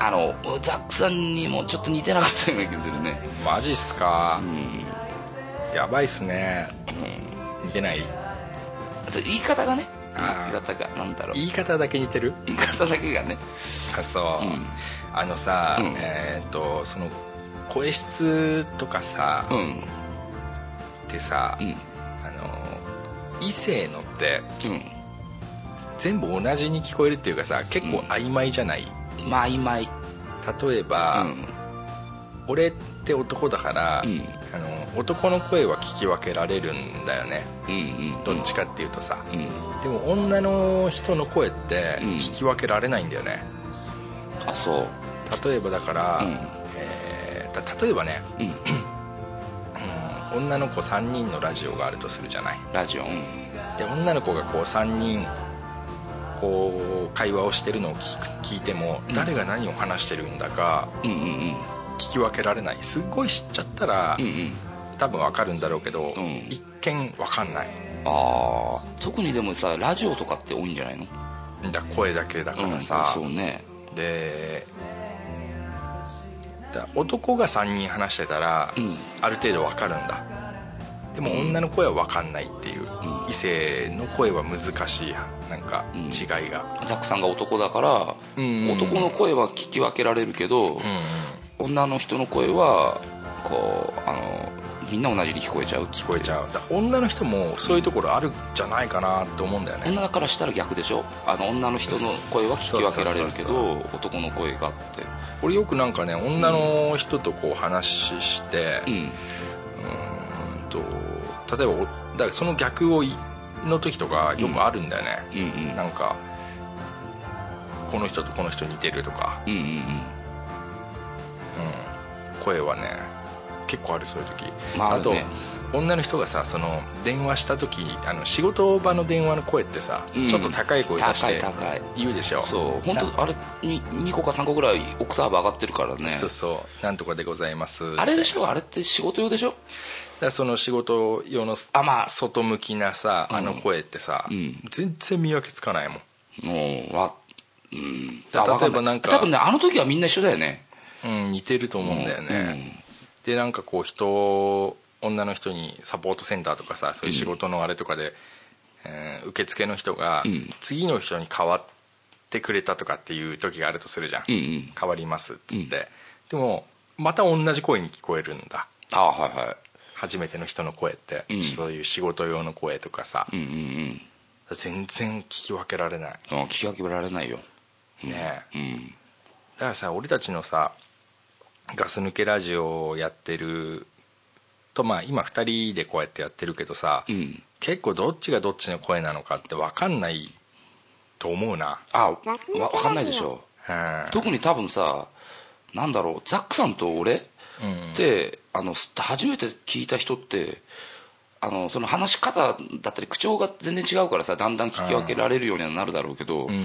Speaker 3: あのザックさんにもちょっと似てなかったような気がするね
Speaker 4: んマジっすか
Speaker 3: う、ん
Speaker 4: やばいっすね似てない
Speaker 3: あと言い方がね
Speaker 4: あー
Speaker 3: 言い方がなんだろう
Speaker 4: 言い方だけ似てる
Speaker 3: 言い方だけがね
Speaker 4: あそう、
Speaker 3: うん
Speaker 4: あのさ、
Speaker 3: うん
Speaker 4: えっ、とその声質とかさ、
Speaker 3: うん
Speaker 4: ってさ、
Speaker 3: うん
Speaker 4: あの異性のって
Speaker 3: う
Speaker 4: 全部同じに聞こえるっていうかさ結構曖昧じゃない、
Speaker 3: んまあ曖昧
Speaker 4: 例えば、俺って男だから、
Speaker 3: うん
Speaker 4: あの男の声は聞き分けられるんだよね
Speaker 3: うんうんうん
Speaker 4: どっちかっていうとさ、
Speaker 3: うん
Speaker 4: でも女の人の声って
Speaker 3: うん
Speaker 4: 聞き分けられないんだよね、
Speaker 3: あそう
Speaker 4: 例えばだから、
Speaker 3: うん
Speaker 4: えーた例えばね、
Speaker 3: うん
Speaker 4: うん女の子3人のラジオがあるとするじゃない
Speaker 3: ラジオうん
Speaker 4: で女の子がこう3人こう会話をしてるのを聞く聞いても
Speaker 3: うん
Speaker 4: 誰が何を話してるんだか
Speaker 3: うんうん
Speaker 4: 聞き分けられないすっごい知っちゃったら、
Speaker 3: うんうんうん
Speaker 4: 多分わかるんだろうけど、
Speaker 3: うん
Speaker 4: 一見わかんない
Speaker 3: ああ特にでもさラジオとかって多いんじゃないの
Speaker 4: んだ声だけだからさ、
Speaker 3: うん、そうね
Speaker 4: でだ男が3人話してたら、
Speaker 3: うん
Speaker 4: ある程度わかるんだでも
Speaker 3: うん
Speaker 4: 女の声はわかんないっていう、
Speaker 3: ん
Speaker 4: 異性の声は難しいなんか
Speaker 3: うん
Speaker 4: 違いが、
Speaker 3: ザックさんが男だから、
Speaker 4: うん
Speaker 3: 男の声は聞き分けられるけど、
Speaker 4: うん
Speaker 3: 女の人の声はこうあのみんな同じに聞こえちゃう
Speaker 4: 聞こえちゃうだ女の人もそういうところあるんじゃないかなと思うんだよね、
Speaker 3: 女だからしたら逆でしょあの女の人の声は聞き分けられるけど男の声がって
Speaker 4: 俺よくなんかね女の人とこう話して、
Speaker 3: う
Speaker 4: うんーんと例えばおだからその逆をいの時とかよくあるんだよね、
Speaker 3: うんうん
Speaker 4: なんかこの人とこの人似てるとか、
Speaker 3: うんうんうん
Speaker 4: 声はね結構あるそういう時、
Speaker 3: まあ
Speaker 4: あ
Speaker 3: ある
Speaker 4: と
Speaker 3: ね
Speaker 4: 女の人がさその電話した時あの仕事場の電話の声ってさ、
Speaker 3: うん
Speaker 4: ちょっと高い声出し
Speaker 3: 高い
Speaker 4: て
Speaker 3: 高い
Speaker 4: 言うでしょ
Speaker 3: そう本
Speaker 4: な
Speaker 3: 当あれに2個か3個ぐらいオクターブ上がってるからね
Speaker 4: そうそうなんとかでございます
Speaker 3: あれでし
Speaker 4: み
Speaker 3: ょ
Speaker 4: たいな
Speaker 3: あれって仕事用でしょ
Speaker 4: だからその仕事用の
Speaker 3: あまあ
Speaker 4: 外向きなさ
Speaker 3: うん
Speaker 4: あの声ってさ、
Speaker 3: うん
Speaker 4: 全然見分けつかないもん
Speaker 3: もうわうん
Speaker 4: だ
Speaker 3: あわい
Speaker 4: 例えばなんか
Speaker 3: 多分ねあの時はみんな一緒だよね
Speaker 4: うん、似てると思うんだよね、でなんかこう人女の人にサポートセンターとかさそういう仕事のあれとかで、えー受付の人が
Speaker 3: うん
Speaker 4: 次の人に代わってくれたとかっていう時があるとするじゃん、
Speaker 3: うんうん
Speaker 4: 変わりますっつって、
Speaker 3: うん
Speaker 4: でもまた同じ声に聞こえるんだ
Speaker 3: ああはいは
Speaker 4: 初めての人の声って、
Speaker 3: うん
Speaker 4: そういう仕事用の声とかさ、
Speaker 3: いうんうん
Speaker 4: 全然聞き分けられない
Speaker 3: うんあ聞き分けられないよ
Speaker 4: ねえ
Speaker 3: うん
Speaker 4: だからさ俺たちのさガス抜けラジオをやってるとまあ今2人でこうやってやってるけどさ、
Speaker 3: うん
Speaker 4: 結構どっちがどっちの声なのかって分かんないと思うな
Speaker 3: あわわかんないでしょ
Speaker 4: うん
Speaker 3: 特に多分さなんだろうザックさんと俺
Speaker 4: うん
Speaker 3: であのす初めて聞いた人ってあのその話し方だったり口調が全然違うからさだんだん聞き分けられるようにはなるだろうけど、
Speaker 4: うん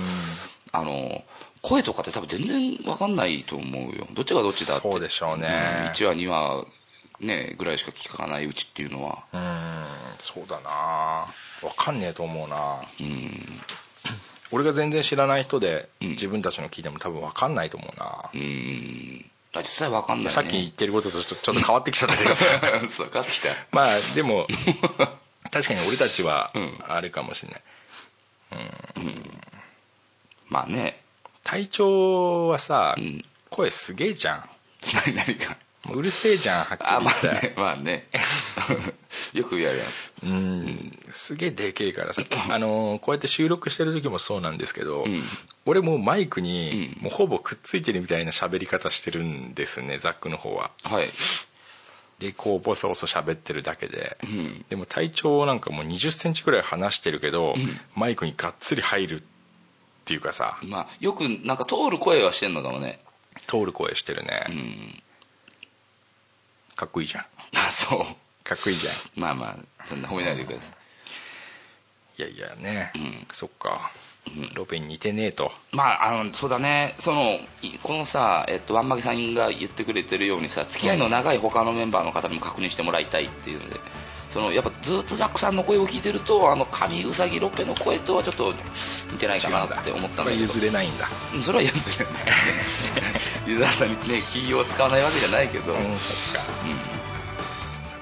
Speaker 3: あの声とかって多分全然分かんないと思うよどっちがどっちだって
Speaker 4: そうでしょうね
Speaker 3: 1話2話ねぐらいしか聞かないうちっていうのは
Speaker 4: うんそうだな分かんねえと思うな
Speaker 3: うん
Speaker 4: 俺が全然知らない人で
Speaker 3: うん
Speaker 4: 自分たちの聞いても多分分かんないと思うな、
Speaker 3: うんあ実際分かんない、ね、
Speaker 4: さっき言ってることとちょっとちょっと変わってきちゃったけど
Speaker 3: そう分かってきた
Speaker 4: まあでも確かに俺たちは
Speaker 3: うん
Speaker 4: あれかもしれない、
Speaker 3: まあね
Speaker 4: 隊長はさ、
Speaker 3: うん
Speaker 4: 声すげえじゃ
Speaker 3: 何何か
Speaker 4: んもううるせえじゃんはっきり
Speaker 3: あ
Speaker 4: 言
Speaker 3: ま
Speaker 4: っ
Speaker 3: あ
Speaker 4: て、
Speaker 3: ねまあね よく言われます
Speaker 4: うんすげえでけえからさ、あのーこうやって収録してる時もそうなんですけど、
Speaker 3: ん
Speaker 4: 俺もうマイクに
Speaker 3: うん
Speaker 4: もうほぼくっついてるみたいな喋り方してるんですねザックの方は
Speaker 3: はい
Speaker 4: でこうボソボソ喋ってるだけで、
Speaker 3: ん
Speaker 4: でも体長なんかもう2 0ンチくらい離してるけど、マイクにがっつり入るっていうかさ
Speaker 3: まあよくなんか通る声はしてんのかもね
Speaker 4: 通る声してるね、
Speaker 3: うん
Speaker 4: かっこいいじゃん
Speaker 3: あそう
Speaker 4: かっこいいじゃん
Speaker 3: まあまあそんな褒めないでくださ
Speaker 4: いやいやね、
Speaker 3: ん
Speaker 4: そっか、ロペに似てねえと
Speaker 3: いまああのそうだねそのいこのさ、えっと、ワンマギさんが言ってくれてるようにさ付き合いの長い他のメンバーの方にも確認してもらいたいっていうのでそのやっぱずっとザックさんの声を聞いてるとあの神ウサギロペの声とはちょっと似てないかなって思ったんだけど
Speaker 4: 譲れないんだ
Speaker 3: うんそれは譲れ ないユーザーさんにね企業を使わないわけじゃないけど、
Speaker 4: うん
Speaker 3: うん
Speaker 4: そっか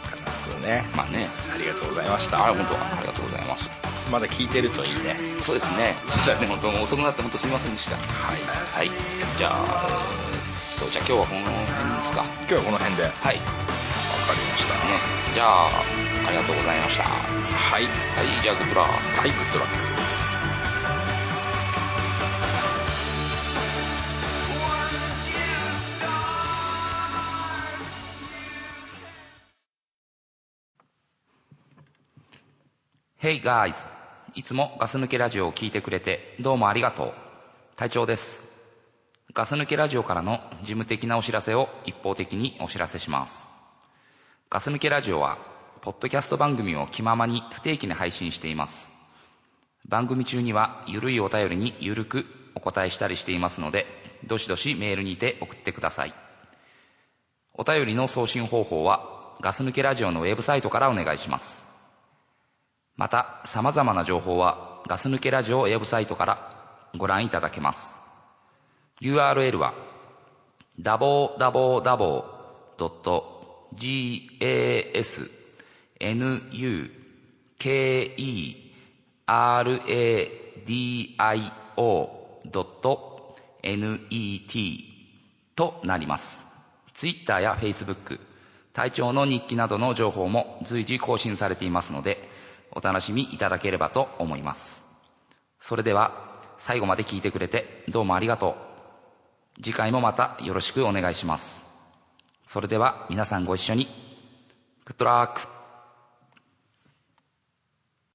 Speaker 4: そっかなるほどね
Speaker 3: まあね
Speaker 4: ありがとうございました
Speaker 3: あ本当ありがとうございます
Speaker 4: まだ聞いてるといいね
Speaker 3: そうですね。そしたらね、本当遅くなって本当すみませんでした。
Speaker 4: はい
Speaker 3: はい。じゃあ、えーっと、じゃあ今日はこの辺ですか。
Speaker 4: 今日はこの辺でわか
Speaker 3: はい。ね。
Speaker 4: りました
Speaker 3: じゃあ、ありがとうございました。は
Speaker 4: はい
Speaker 3: い、じゃあグッドラー。
Speaker 4: はいグッドラック
Speaker 2: Once you start
Speaker 3: ヘイガイズいつもガス抜けラジオを聞いてくれてどうもありがとう。隊長です。ガス抜けラジオからの事務的なお知らせを一方的にお知らせします。ガス抜けラジオは、ポッドキャスト番組を気ままに不定期に配信しています。番組中には、ゆるいお便りにゆるくお答えしたりしていますので、どしどしメールにて送ってください。お便りの送信方法は、ガス抜けラジオのウェブサイトからお願いします。また、様々な情報は、ガス抜けラジオウェブサイトからご覧いただけます。URL は、www.gasnukeradio.net となります。Twitter や Facebook、体調の日記などの情報も随時更新されていますので、お楽しみいただければと思います。それでは、最後まで聞いてくれてどうもありがとう。次回もまたよろしくお願いします。それでは皆さんご一緒に。グッドラック。